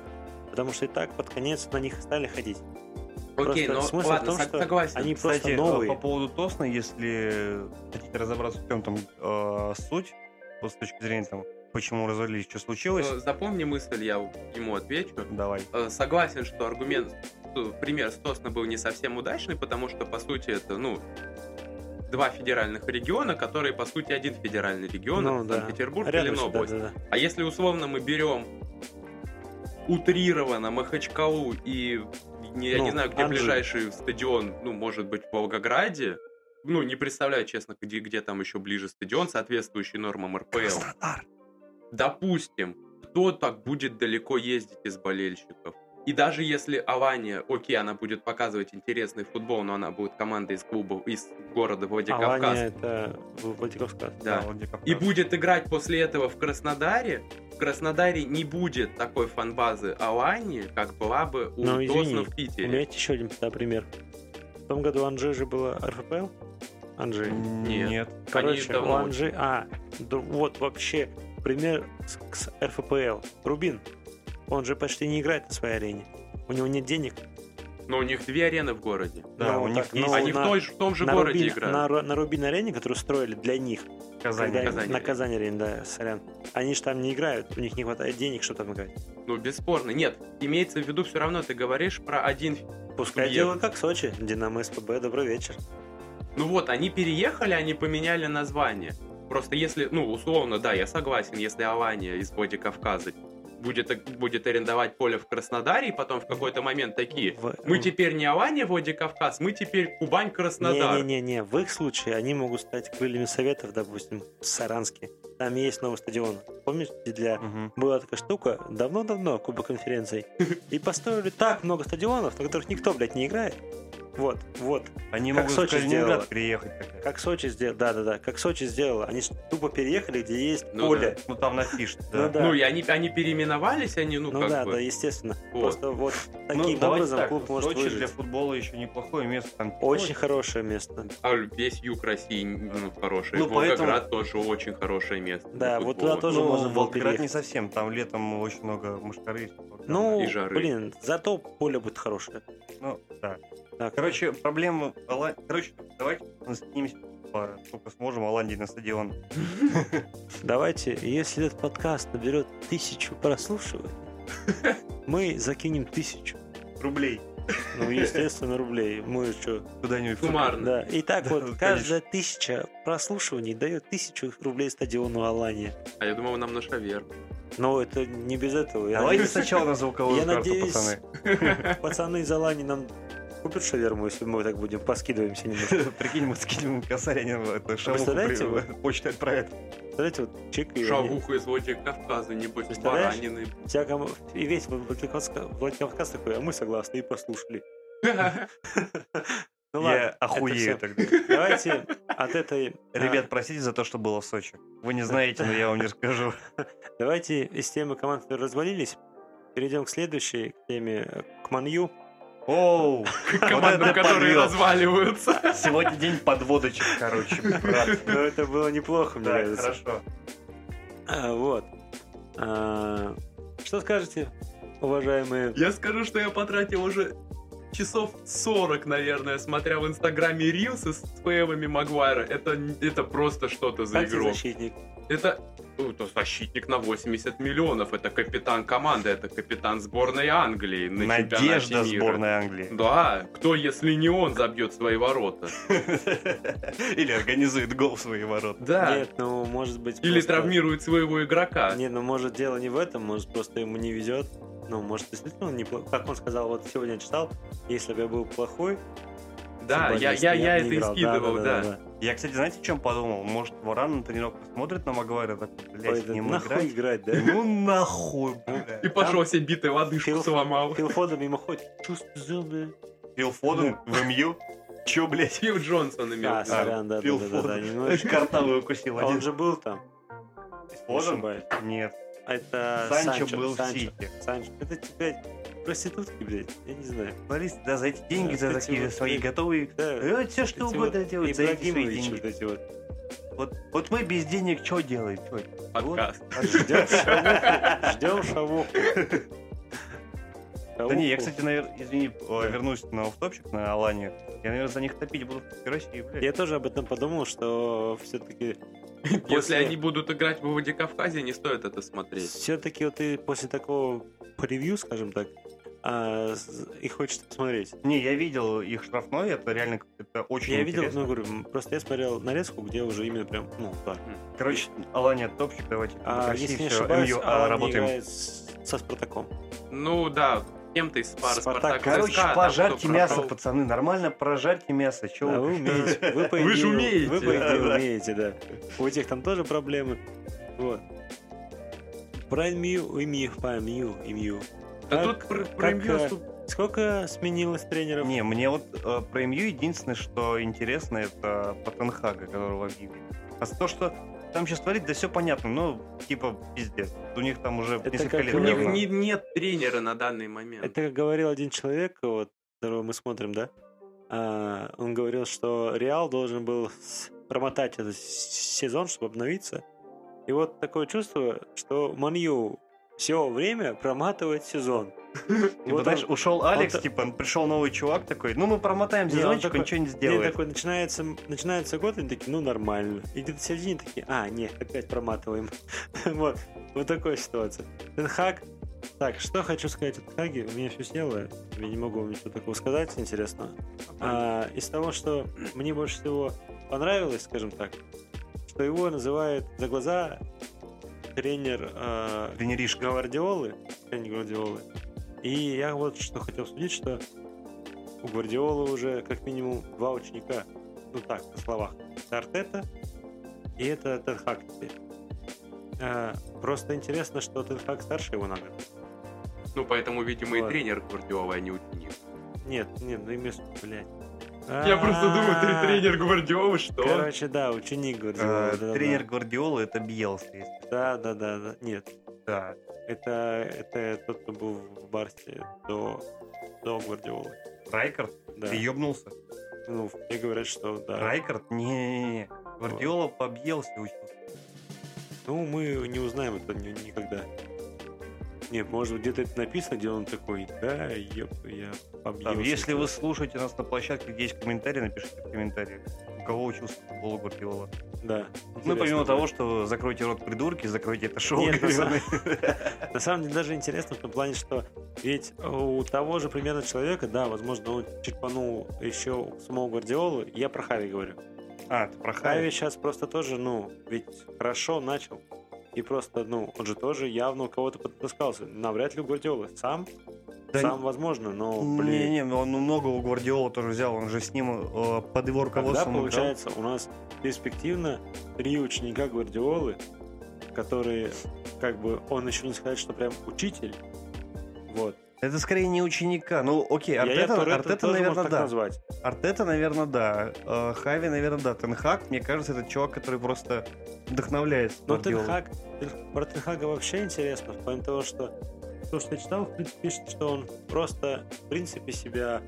Speaker 2: Потому что и так под конец на них стали ходить.
Speaker 3: Окей,
Speaker 2: просто
Speaker 3: но
Speaker 2: смысл в
Speaker 3: ладно,
Speaker 2: том,
Speaker 3: сог-
Speaker 2: что
Speaker 3: согласен.
Speaker 2: Они
Speaker 1: Кстати,
Speaker 2: просто
Speaker 1: э,
Speaker 2: новые.
Speaker 1: по поводу Тосна, если хотите разобраться, в чем там э, суть, вот с точки зрения там, почему развалились, что случилось,
Speaker 3: Э, Запомни мысль, я ему отвечу.
Speaker 1: давай.
Speaker 3: Э, Согласен, что аргумент, что пример Стосна был не совсем удачный, потому что, по сути, это, ну, два федеральных региона, которые, по сути, один федеральный регион,
Speaker 2: Ну,
Speaker 3: это
Speaker 2: да.
Speaker 3: Санкт-Петербург и
Speaker 2: Рядом
Speaker 3: Ленобласть.
Speaker 2: всегда, да,
Speaker 3: А если условно мы берем утрированно Махачкалу и не- я
Speaker 2: Ну,
Speaker 3: не знаю, где
Speaker 2: Анжи.
Speaker 3: ближайший стадион, ну, может быть, в Волгограде. Ну, не представляю, честно, где, где там еще ближе стадион, соответствующий нормам РПЛ.
Speaker 1: Краснодар.
Speaker 3: Допустим, кто так будет далеко ездить из болельщиков? И даже если Авания, окей, она будет показывать интересный футбол, но она будет команда из клубов, из города
Speaker 2: да.
Speaker 3: Владикавказ.
Speaker 2: Алания А, это в- Владикавказ.
Speaker 3: Да.
Speaker 1: Владикавказ.
Speaker 3: И будет играть после этого в Краснодаре. В Краснодаре не будет такой фанбазы Алании, как была бы у
Speaker 2: Ну, извини,
Speaker 3: Тосно в
Speaker 2: У
Speaker 3: Питере.
Speaker 2: меня есть еще один да, пример. В том году Анжи же было РФПЛ. Анжи.
Speaker 1: Нет.
Speaker 2: Короче,
Speaker 3: давно
Speaker 2: у Анжи... А, да вот вообще пример с, с РФПЛ. Рубин, он же почти не играет на своей арене. У него нет денег.
Speaker 3: Но у них две арены в городе.
Speaker 1: Да,
Speaker 2: Ну,
Speaker 1: у них
Speaker 2: так,
Speaker 1: есть
Speaker 2: ну,
Speaker 3: Они
Speaker 2: на-
Speaker 3: в, той же- в том же
Speaker 2: на,
Speaker 3: городе
Speaker 2: Рубин,
Speaker 3: играют.
Speaker 2: на Ру- на Рубин арене, которую строили для них,
Speaker 1: Казань.
Speaker 2: когда-
Speaker 3: Казань
Speaker 2: на
Speaker 3: арене.
Speaker 2: Казань арене, да, сорян. Они же там не играют, у них не хватает денег, что там играть.
Speaker 3: Ну, бесспорно. Нет, имеется в виду все равно, ты говоришь про один...
Speaker 2: Пускай
Speaker 3: Субъект.
Speaker 2: делают как Сочи, Динамо СПБ, добрый вечер.
Speaker 3: Ну вот, они переехали, они поменяли название. Просто если, ну, условно, да, я согласен, если Алания из Боди Кавказа будет, будет арендовать поле в Краснодаре, и потом в какой-то момент такие,
Speaker 2: В-
Speaker 3: мы
Speaker 2: в-
Speaker 3: теперь не Алания, Води Кавказ, мы теперь Кубань-Краснодар.
Speaker 2: Не-не-не, в их случае они могут стать крыльями советов, допустим, в Саранске. Там есть новый стадион. Помнишь, где для
Speaker 1: Мгм.
Speaker 2: была такая штука давно-давно, Куба
Speaker 3: (laughs)
Speaker 2: конференций. И построили так много стадионов, на которых никто, блядь, не играет. Вот, вот.
Speaker 1: Они
Speaker 2: Как
Speaker 1: могут
Speaker 2: Сочи
Speaker 1: в Калининград
Speaker 2: сделала.
Speaker 1: приехать. такая.
Speaker 2: Как Сочи сделал, да-да-да, как Сочи сделала. Они ж тупо переехали, где есть
Speaker 3: Ну
Speaker 2: поле.
Speaker 1: Ну там на фиш,
Speaker 2: Ну
Speaker 1: да.
Speaker 2: да.
Speaker 3: Ну, и они, они переименовались, они, ну,
Speaker 2: Ну
Speaker 3: как
Speaker 2: да,
Speaker 3: бы...
Speaker 2: да, естественно.
Speaker 3: Вот.
Speaker 2: Просто вот
Speaker 1: Ну,
Speaker 2: таким
Speaker 1: давайте
Speaker 2: образом
Speaker 1: так,
Speaker 2: клуб может
Speaker 1: Сочи для
Speaker 2: выжить.
Speaker 1: футбола еще неплохое место. Там Ну,
Speaker 2: Очень хорошее место.
Speaker 3: А весь юг России ну, хороший.
Speaker 1: Ну,
Speaker 3: Волгоград
Speaker 1: поэтому-
Speaker 3: тоже очень хорошее место.
Speaker 2: Да,
Speaker 3: для
Speaker 2: вот
Speaker 3: футбола.
Speaker 2: туда тоже
Speaker 1: Ну,
Speaker 2: можно было
Speaker 1: Волгоград не
Speaker 2: переехать.
Speaker 1: совсем, там летом очень много мышкары. и всего там.
Speaker 2: Ну,
Speaker 3: И жары.
Speaker 2: блин, зато поле будет хорошее.
Speaker 1: Ну, да.
Speaker 2: Так.
Speaker 1: Короче, проблема... Ола- Короче, давайте мы снимемся, по- сколько сможем, Оландии на стадион.
Speaker 2: Давайте, если этот подкаст наберет тысячу
Speaker 1: (laughs)
Speaker 2: прослушиваний, мы закинем тысячу.
Speaker 1: Рублей
Speaker 2: Ну, естественно, рублей. Мы что,
Speaker 1: куда-нибудь.
Speaker 3: Суммарно.
Speaker 2: Да, и так
Speaker 1: Да,
Speaker 2: вот,
Speaker 1: ну,
Speaker 2: каждая тысяча прослушиваний дает тысячу рублей стадиону Алания.
Speaker 3: А я думал, нам на шавер.
Speaker 2: Но это не без этого. Я
Speaker 1: Давайте
Speaker 2: надеюсь,
Speaker 1: сначала на звуковую
Speaker 2: Я
Speaker 1: карту,
Speaker 2: надеюсь-
Speaker 1: пацаны.
Speaker 2: пацаны из Алании нам купят шаверму, если мы так будем, поскидываемся немножко.
Speaker 1: Прикинь, мы скинем им косарь, они это шамуху
Speaker 2: представляете,
Speaker 1: при- почтой отправят.
Speaker 2: Знаете, вот чик, и, они-
Speaker 3: Шавуху из Владика Кавказа, небось,
Speaker 2: Представляешь?
Speaker 3: баранины.
Speaker 2: вся гам- и весь Владикавказ Владикавказ такой, а мы согласны и
Speaker 1: (laughs)
Speaker 2: послушали. Ну
Speaker 1: Я
Speaker 2: ладно,
Speaker 1: охуею
Speaker 2: это всё.
Speaker 1: тогда.
Speaker 3: (laughs)
Speaker 2: Давайте от этой... а,
Speaker 1: Ребят, простите за то, что было в Сочи.
Speaker 2: (laughs)
Speaker 1: Вы не знаете, но я вам не расскажу.
Speaker 2: Давайте из темы команд, которые развалились, перейдем к следующей теме, э, к
Speaker 3: (laughs)
Speaker 2: Манью.
Speaker 1: Оу!
Speaker 3: Командам, которые
Speaker 1: подвел.
Speaker 3: разваливаются. (laughs)
Speaker 1: Сегодня день подводочек,
Speaker 2: (laughs)
Speaker 1: короче.
Speaker 2: Но это было неплохо, мне
Speaker 1: Да,
Speaker 2: нравится.
Speaker 1: хорошо.
Speaker 2: А, Вот. А, Что скажете, уважаемые?
Speaker 3: Я скажу, что я потратил уже часов 40, наверное, смотря в инстаграме рилсы с фейвами Магуайра. Это, это просто что-то за
Speaker 2: Как тебе
Speaker 3: игрок.
Speaker 2: защитник?
Speaker 3: Это, ну, это защитник на 80 миллионов. Это капитан команды, это капитан сборной Англии на
Speaker 1: Надежда
Speaker 3: чемпионате мира.
Speaker 1: сборной Англии. (laughs)
Speaker 3: Да, кто, если не он, забьет свои ворота?
Speaker 1: Или организует гол в свои ворота.
Speaker 3: Да.
Speaker 2: Нет, ну может быть.
Speaker 3: Или
Speaker 2: просто-
Speaker 3: травмирует своего игрока.
Speaker 2: Не, ну может дело не в этом, может просто ему не везет. Ну, может, действительно, он неплохо. Как он сказал, вот сегодня я читал, если бы я был плохой,
Speaker 3: да,
Speaker 2: футболист,
Speaker 3: я, я, я
Speaker 2: бы
Speaker 3: это
Speaker 2: не
Speaker 3: и
Speaker 2: играл.
Speaker 3: скидывал, да.
Speaker 1: Я, кстати, знаете, о чем подумал? Может, Варан на тренировку смотрит на Магуайра, так,
Speaker 2: Ой,
Speaker 1: блядь,
Speaker 2: да
Speaker 1: не
Speaker 2: нахуй
Speaker 1: играть.
Speaker 2: играть, да?
Speaker 1: Ну нахуй, блядь.
Speaker 3: И пошел себе битой лодыжку
Speaker 2: Фил-
Speaker 3: сломал.
Speaker 2: Фил Фоден мимо ходит. Чё сказал, бля?
Speaker 1: Фил Фоден в МЮ. Че, блядь?
Speaker 3: Фил Джонсон имел. в
Speaker 2: А,
Speaker 3: виду.
Speaker 2: сорян, да, да,
Speaker 1: Фил
Speaker 2: да, да, да,
Speaker 1: Фоден.
Speaker 2: немножечко.
Speaker 1: (laughs) Картавый укусил
Speaker 2: А (laughs) Он
Speaker 1: один.
Speaker 2: же был там. не
Speaker 1: Фоден?
Speaker 2: ошибаюсь.
Speaker 1: Нет.
Speaker 2: Это
Speaker 1: Санчо был в
Speaker 2: Санчо.
Speaker 1: Сити.
Speaker 2: Санчо, это тебя проститутки, блядь, я не знаю.
Speaker 1: Футболисты, да, за эти деньги, за
Speaker 2: Эти
Speaker 1: такие
Speaker 2: вот-
Speaker 1: свои готовые...
Speaker 2: Да,
Speaker 1: все Э, что
Speaker 2: эти
Speaker 1: угодно
Speaker 2: вот
Speaker 1: делать за эти свои
Speaker 2: Ибрагимович вот
Speaker 1: деньги.
Speaker 2: эти вот.
Speaker 1: Вот, вот мы без денег что делаем? Чё?
Speaker 3: Подкаст.
Speaker 2: Ждем А, шавуху. Ждем шавуху.
Speaker 1: Да не, я,
Speaker 2: Шавуху.
Speaker 1: кстати, наверное, извини, э, вернусь на офтопчик, на Аланию. Я, наверное, за них топить буду в России, блядь.
Speaker 2: Я тоже об этом подумал, что все-таки...
Speaker 3: Если они будут играть в Владикавказе, не стоит это смотреть.
Speaker 2: Все-таки вот ты после такого превью, скажем так, а, с- и хочется посмотреть.
Speaker 1: Не, я видел их штрафной, это реально как- это очень
Speaker 2: Я видел,
Speaker 1: интересно.
Speaker 2: ну, говорю, м, просто я смотрел нарезку, где уже именно прям, ну, так.
Speaker 1: Короче, Алания топчик, давайте.
Speaker 2: А,
Speaker 1: прекрати
Speaker 2: если не
Speaker 1: всё,
Speaker 2: ошибаюсь,
Speaker 1: МЮ, а,
Speaker 2: Алан
Speaker 1: работаем.
Speaker 2: играет с- со Спартаком.
Speaker 3: Ну да, кем-то из пары
Speaker 2: Спартак.
Speaker 3: Спартак.
Speaker 1: Короче,
Speaker 3: ЦСКА, там,
Speaker 1: пожарьте
Speaker 3: кто
Speaker 1: мясо,
Speaker 3: прошел.
Speaker 1: пацаны, нормально прожарьте мясо. Чё
Speaker 2: Да,
Speaker 1: вы-
Speaker 2: вы
Speaker 1: (laughs)
Speaker 2: умеете. Вы, по
Speaker 3: Вы ж
Speaker 2: идее-
Speaker 3: умеете,
Speaker 2: Вы, по идее,
Speaker 1: да-да.
Speaker 2: умеете, да. У этих там тоже проблемы. Вот. Про МЮ, и МЮ, по МЮ, и МЮ.
Speaker 3: Да
Speaker 2: Как-
Speaker 3: тут про- про
Speaker 2: как,
Speaker 3: Мью
Speaker 2: э,
Speaker 3: тут-
Speaker 2: Сколько сменилось тренеров?
Speaker 1: Не, мне вот э, про МЮ единственное, что интересно, это по Тенхага, которого объявили. А то, что там сейчас творит, да все понятно, ну, типа, пиздец. У них там уже
Speaker 2: Это
Speaker 1: несколько
Speaker 2: как
Speaker 1: лет
Speaker 3: У них
Speaker 1: говна.
Speaker 3: не- нет тренера на данный момент.
Speaker 2: Это как говорил один человек, вот, которого мы смотрим, да? А, он говорил, что Реал должен был с- промотать этот с- сезон, чтобы обновиться. И вот такое чувство, что Манью все время проматывает сезон.
Speaker 1: Типа,
Speaker 2: Вот
Speaker 1: знаешь,
Speaker 2: он-
Speaker 1: ушел Алекс,
Speaker 2: он-
Speaker 1: типа, пришел новый чувак такой, ну мы промотаем
Speaker 2: Не, он
Speaker 1: сезончик,
Speaker 2: такой-
Speaker 1: ничего не
Speaker 2: День
Speaker 1: сделает.
Speaker 2: такой, начинается, начинается год, и они такие, ну нормально. И где-то в середине такие, а, нет, опять проматываем. (laughs) вот, вот такая ситуация. Тенхак, так, что хочу сказать о Тенхаге, у меня все село, я не могу вам ничего такого сказать А, (clears throat) интересного. А, из того, что мне больше всего понравилось, скажем так, что его называет за глаза тренер э,
Speaker 1: Тренеришка.
Speaker 2: Гвардиолы, тренер Гвардиолы. И я вот что хотел обсудить, что у Гвардиолы уже как минимум два ученика, ну так, на словах. Это Артета и это Тенхак теперь. Э, просто интересно, что Тенхак старше его надо.
Speaker 3: Ну, поэтому, видимо, и
Speaker 2: Ладно.
Speaker 3: тренер Гвардиола, а не ученик.
Speaker 2: Нет, нет, ну и место, блядь.
Speaker 3: Я просто думаю, ты
Speaker 2: А-а-а.
Speaker 3: тренер Гвардиолы, что?
Speaker 2: А, Короче, да, ученик Гвардиолы.
Speaker 1: Э,
Speaker 2: да-да-да.
Speaker 1: Тренер Гвардиолы это Бьелса, если
Speaker 2: Да, да, да, да. Нет,
Speaker 1: да.
Speaker 2: это, это тот, кто был в Барсе до, до Гвардиолы.
Speaker 1: Райкард,
Speaker 2: Да.
Speaker 1: ты ёбнулся?
Speaker 2: Ну, все говорят, что да.
Speaker 1: Райкард? Не-не-не. Гвардиола по Бьелсе учился.
Speaker 2: Ну, мы не узнаем это ни- никогда. Нет, может быть, где-то это написано, где он такой, да, еб, я
Speaker 1: Там,
Speaker 2: побьёлся.
Speaker 1: А если вы слушаете нас на площадке, где есть комментарии, напишите в комментариях, у кого учился футбол Гвардиола.
Speaker 2: Да.
Speaker 1: Ну,
Speaker 2: Интересно
Speaker 1: помимо
Speaker 2: будет.
Speaker 1: того, что закройте рот придурки, закройте это шоу.
Speaker 2: Нет, на самом-
Speaker 1: говёное.
Speaker 2: На самом деле даже интересно в том плане, что ведь у того же примерно человека, да, возможно, он черпанул еще у самого Гвардиолу, я про Хави говорю.
Speaker 1: (laughs) А, ты про
Speaker 2: Хави
Speaker 1: Хави?
Speaker 2: сейчас просто тоже, ну, ведь хорошо начал. И просто, ну, он же тоже явно у кого-то подпускался. Навряд ли у Гвардиолы. Сам,
Speaker 1: Да
Speaker 2: сам возможно, но, блин,
Speaker 1: Не-не, он много у Гвардиола тоже взял, он же с ним э, под его
Speaker 2: когда
Speaker 1: руководством играл.
Speaker 2: получается у нас перспективно три ученика Гвардиолы, которые, как бы, он еще не сказать, что прям учитель, вот.
Speaker 1: Это скорее не ученика. Ну, окей,
Speaker 2: Я- я
Speaker 1: Артета,
Speaker 2: Торетто
Speaker 1: Артета,
Speaker 2: тоже можно
Speaker 1: наверное,
Speaker 2: так
Speaker 1: да.
Speaker 2: назвать.
Speaker 1: Артета, наверное, да. Э, Хави, наверное, да. Тенхак, мне кажется, это чувак, который просто вдохновляется.
Speaker 2: Но
Speaker 1: Гвардиолой.
Speaker 2: Тенхак, Тен- про Тенхага вообще интересно, в плане того, что то, что я читал, в принципе, пишет, что он просто, в принципе, себя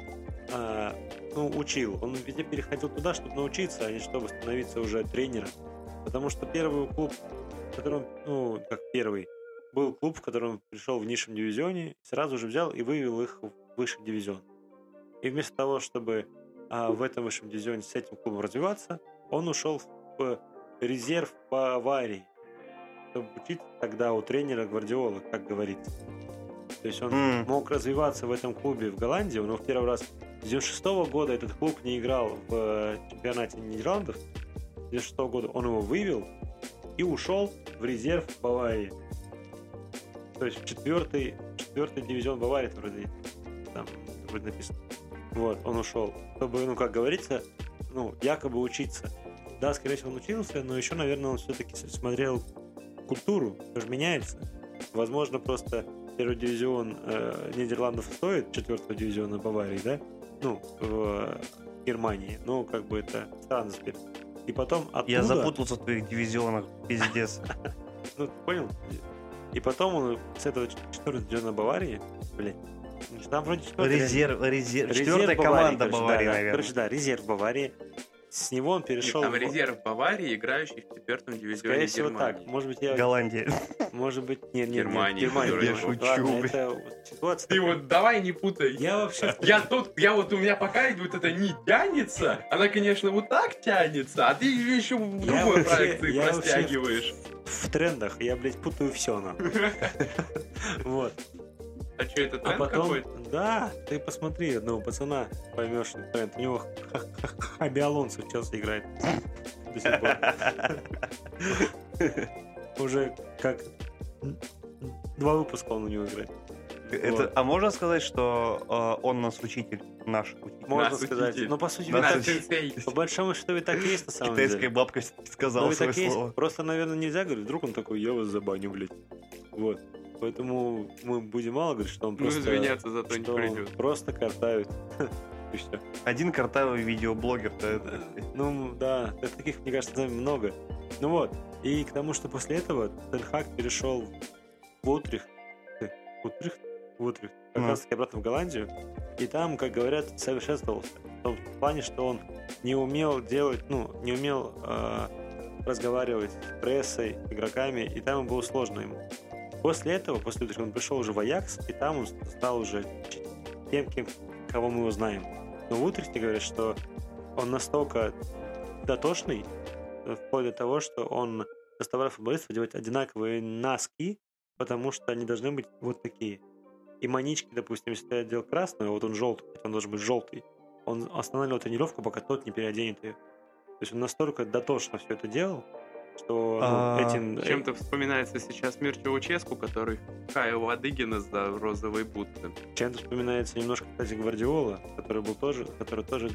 Speaker 2: а, ну, учил. Он везде переходил туда, чтобы научиться, а не чтобы становиться уже тренером. Потому что первый клуб, в котором, ну, как первый, был клуб, в котором он пришел в низшем дивизионе, сразу же взял и вывел их в высший дивизион. И вместо того, чтобы а, в этом высшем дивизионе с этим клубом развиваться, он ушел в резерв по аварии, чтобы учиться тогда у тренера Гвардиола, как говорится. То есть он
Speaker 1: М.
Speaker 2: мог развиваться в этом клубе в Голландии, но в первый раз с 96 года этот клуб не играл в э, чемпионате Нидерландов. С 96 года он его вывел и ушел в резерв Баварии. То есть в четвертый, четвертый дивизион Баварии, это вроде, там вроде написано. Вот, он ушел. Чтобы, ну, как говорится, ну, якобы учиться. Да, скорее всего, он учился, но еще, наверное, он все-таки смотрел культуру, все же меняется. Возможно, просто первый дивизион э, Нидерландов стоит четвертого дивизиона Баварии, да? Ну, в э, Германии. Ну, как бы это странно теперь. И потом оттуда...
Speaker 1: Я запутался в твоих дивизионах, пиздец.
Speaker 2: Ну, ты понял? И потом он с этого четвертого дивизиона Баварии, блин, там вроде четвертый
Speaker 1: Резерв, резерв.
Speaker 2: Резерв Баварии,
Speaker 1: Четвертая команда
Speaker 2: короче, да,
Speaker 1: Баварии,
Speaker 2: да.
Speaker 1: наверное.
Speaker 2: Короче, да, резерв Баварии. С него он перешел...
Speaker 3: Там
Speaker 2: в-
Speaker 3: резерв Баварии, играющий в четвертом
Speaker 2: Скорее
Speaker 3: дивизионе
Speaker 2: всего, так.
Speaker 3: Германии.
Speaker 2: Может быть, я... (laughs)
Speaker 1: Голландия.
Speaker 2: Может быть, нет, нет, нет,
Speaker 3: Германии,
Speaker 2: Германия.
Speaker 3: которая-
Speaker 2: Я
Speaker 1: шучу, блин.
Speaker 2: это вот ситуация.
Speaker 3: Ты
Speaker 2: такая.
Speaker 3: вот давай не путай.
Speaker 2: Я вообще...
Speaker 3: Я тут, я вот у меня пока вот это не тянется, она, конечно, вот так тянется, а ты ее еще в
Speaker 2: Я
Speaker 3: другой
Speaker 2: вообще-
Speaker 3: проекции
Speaker 2: я вообще-
Speaker 3: простягиваешь.
Speaker 2: в трендах, я, блядь, путаю все на. Вот.
Speaker 3: А что, это
Speaker 2: А
Speaker 3: тренд
Speaker 2: потом,
Speaker 3: какой-то?
Speaker 2: да, ты посмотри одного пацана, поймешь, что тренд. У него Хаби Алонсо в Челси играет. До сих пор. Уже как два выпуска он у него играет.
Speaker 1: Это- А можно сказать, что э, он нас учитель, наш учитель?
Speaker 2: Можно
Speaker 3: Нас
Speaker 2: сказать.
Speaker 3: учитель.
Speaker 2: Но по сути,
Speaker 1: Да,
Speaker 3: На
Speaker 2: ведь-
Speaker 1: слушай.
Speaker 3: сенсей.
Speaker 2: по большому счету, и так и есть на самом деле.
Speaker 1: Китайская бабка (laughs) сказала
Speaker 2: Ну, и
Speaker 1: свое
Speaker 2: так есть.
Speaker 1: слово.
Speaker 2: Просто, наверное, нельзя говорить. Вдруг он такой, я вас забаню, блядь. Вот. Поэтому мы будем мало говорить, что он
Speaker 3: Ну,
Speaker 2: просто...
Speaker 3: извиняться за то не
Speaker 2: что он
Speaker 3: придет.
Speaker 2: просто картавит. (laughs) И всё.
Speaker 1: Один картавый видеоблогер. да, это-
Speaker 2: Ну, да, так- таких, мне кажется, знаем много. Ну вот, и к тому, что после этого Тенхак перешел в Утрих. э, Утрих? В Утрих. Как
Speaker 1: Ну.
Speaker 2: раз таки обратно в Голландию. И там, как говорят, совершенствовался. В том плане, что он не умел делать, ну, не умел э, разговаривать с прессой, игроками, и там ему было сложно ему. После этого, после Утриха, он пришел уже в Аякс, и там он стал уже тем, кем, кого мы его знаем. Но в Утрихте говорят, что он настолько дотошный, э, вплоть до того, что он заставлял футболистов делать одинаковые носки, потому что они должны быть вот такие. И манички, допустим, если ты одел красную, а вот он желтый, он должен быть желтый. Он останавливал тренировку, пока тот не переоденет ее. То есть он настолько дотошно все это делал, что ну,
Speaker 1: А,
Speaker 2: этим...
Speaker 3: Чем-то вспоминается сейчас мир Чауческу, который каял Адыгина за розовые бутсы.
Speaker 2: Чем-то вспоминается немножко, кстати, Гвардиола, который был тоже, который тоже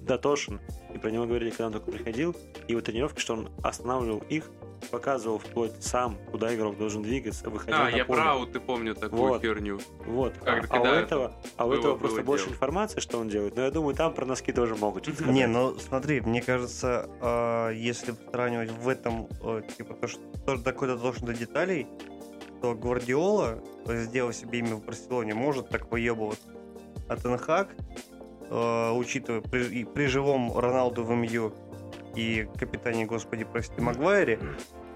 Speaker 2: дотошен. И про него говорили, когда он только приходил. И его тренировки, что он останавливал их, показывал вплоть сам, куда игрок должен двигаться, выходя
Speaker 3: А,
Speaker 2: на
Speaker 3: я
Speaker 2: поле.
Speaker 3: про ты помню такую
Speaker 2: Вот.
Speaker 3: херню.
Speaker 2: Вот.
Speaker 3: Как-
Speaker 2: а, а у
Speaker 3: когда
Speaker 2: этого, а у
Speaker 3: было-
Speaker 2: этого просто
Speaker 3: было
Speaker 2: больше
Speaker 3: дело.
Speaker 2: информации, что он делает. Но я думаю, там про носки тоже
Speaker 3: (laughs)
Speaker 2: могут. чуть сказать.
Speaker 1: Не, ну смотри, мне кажется, а, если сравнивать в этом, э, типа, то, что тоже такой должен до деталей, то Гвардиола, э, сделав себе имя в Барселоне, может так выебываться. А Тенхак, э, учитывая при, и при живом Роналду в МЮ и капитане, господи, прости, Магуайре,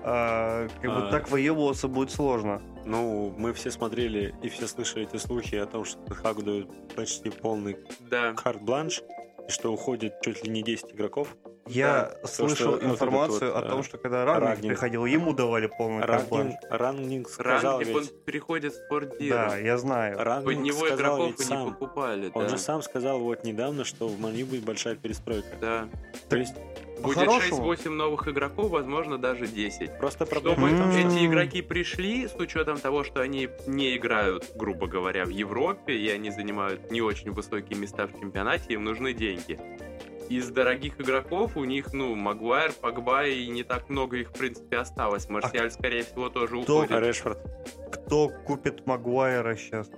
Speaker 1: а, как бы
Speaker 2: А.
Speaker 1: так выебываться будет сложно.
Speaker 2: Ну, мы все смотрели и все слышали эти слухи о том, что Хагу дают почти полный
Speaker 3: Да.
Speaker 2: карт-бланш, и что уходит чуть ли не 10 игроков.
Speaker 1: Я слышал
Speaker 2: что вот
Speaker 1: информацию
Speaker 2: этот вот,
Speaker 1: о том,
Speaker 2: э,
Speaker 1: что когда Рагник,
Speaker 2: Рагник.
Speaker 1: приходил, ему давали полный карт-бланш.
Speaker 2: Рангник, Рангник сказал
Speaker 3: Рангник,
Speaker 2: ведь...
Speaker 3: он переходит в спортдир.
Speaker 1: Да, я знаю.
Speaker 3: Под
Speaker 2: Рангник
Speaker 3: него
Speaker 2: сказал
Speaker 3: игроков
Speaker 2: ведь
Speaker 3: и не
Speaker 2: сам.
Speaker 3: покупали.
Speaker 2: Он
Speaker 3: да.
Speaker 2: же сам сказал вот недавно, что в Манью будет большая перестройка.
Speaker 3: Да.
Speaker 2: То есть
Speaker 3: Будет
Speaker 1: Ну, По-хорошему.
Speaker 3: 6-8 новых игроков, возможно, даже 10.
Speaker 2: просто проблема
Speaker 3: Чтобы
Speaker 2: в том,
Speaker 1: М.
Speaker 2: что...
Speaker 3: эти игроки пришли, с учетом того, что они не играют, грубо говоря, в Европе, и они занимают не очень высокие места в чемпионате, им нужны деньги. Из дорогих игроков у них, ну, Магуайр, Погба, и не так много их, в принципе, осталось. Марсиаль, скорее всего, тоже
Speaker 2: А
Speaker 3: уходит.
Speaker 2: Решфорд.
Speaker 1: Кто купит Магуайра сейчас?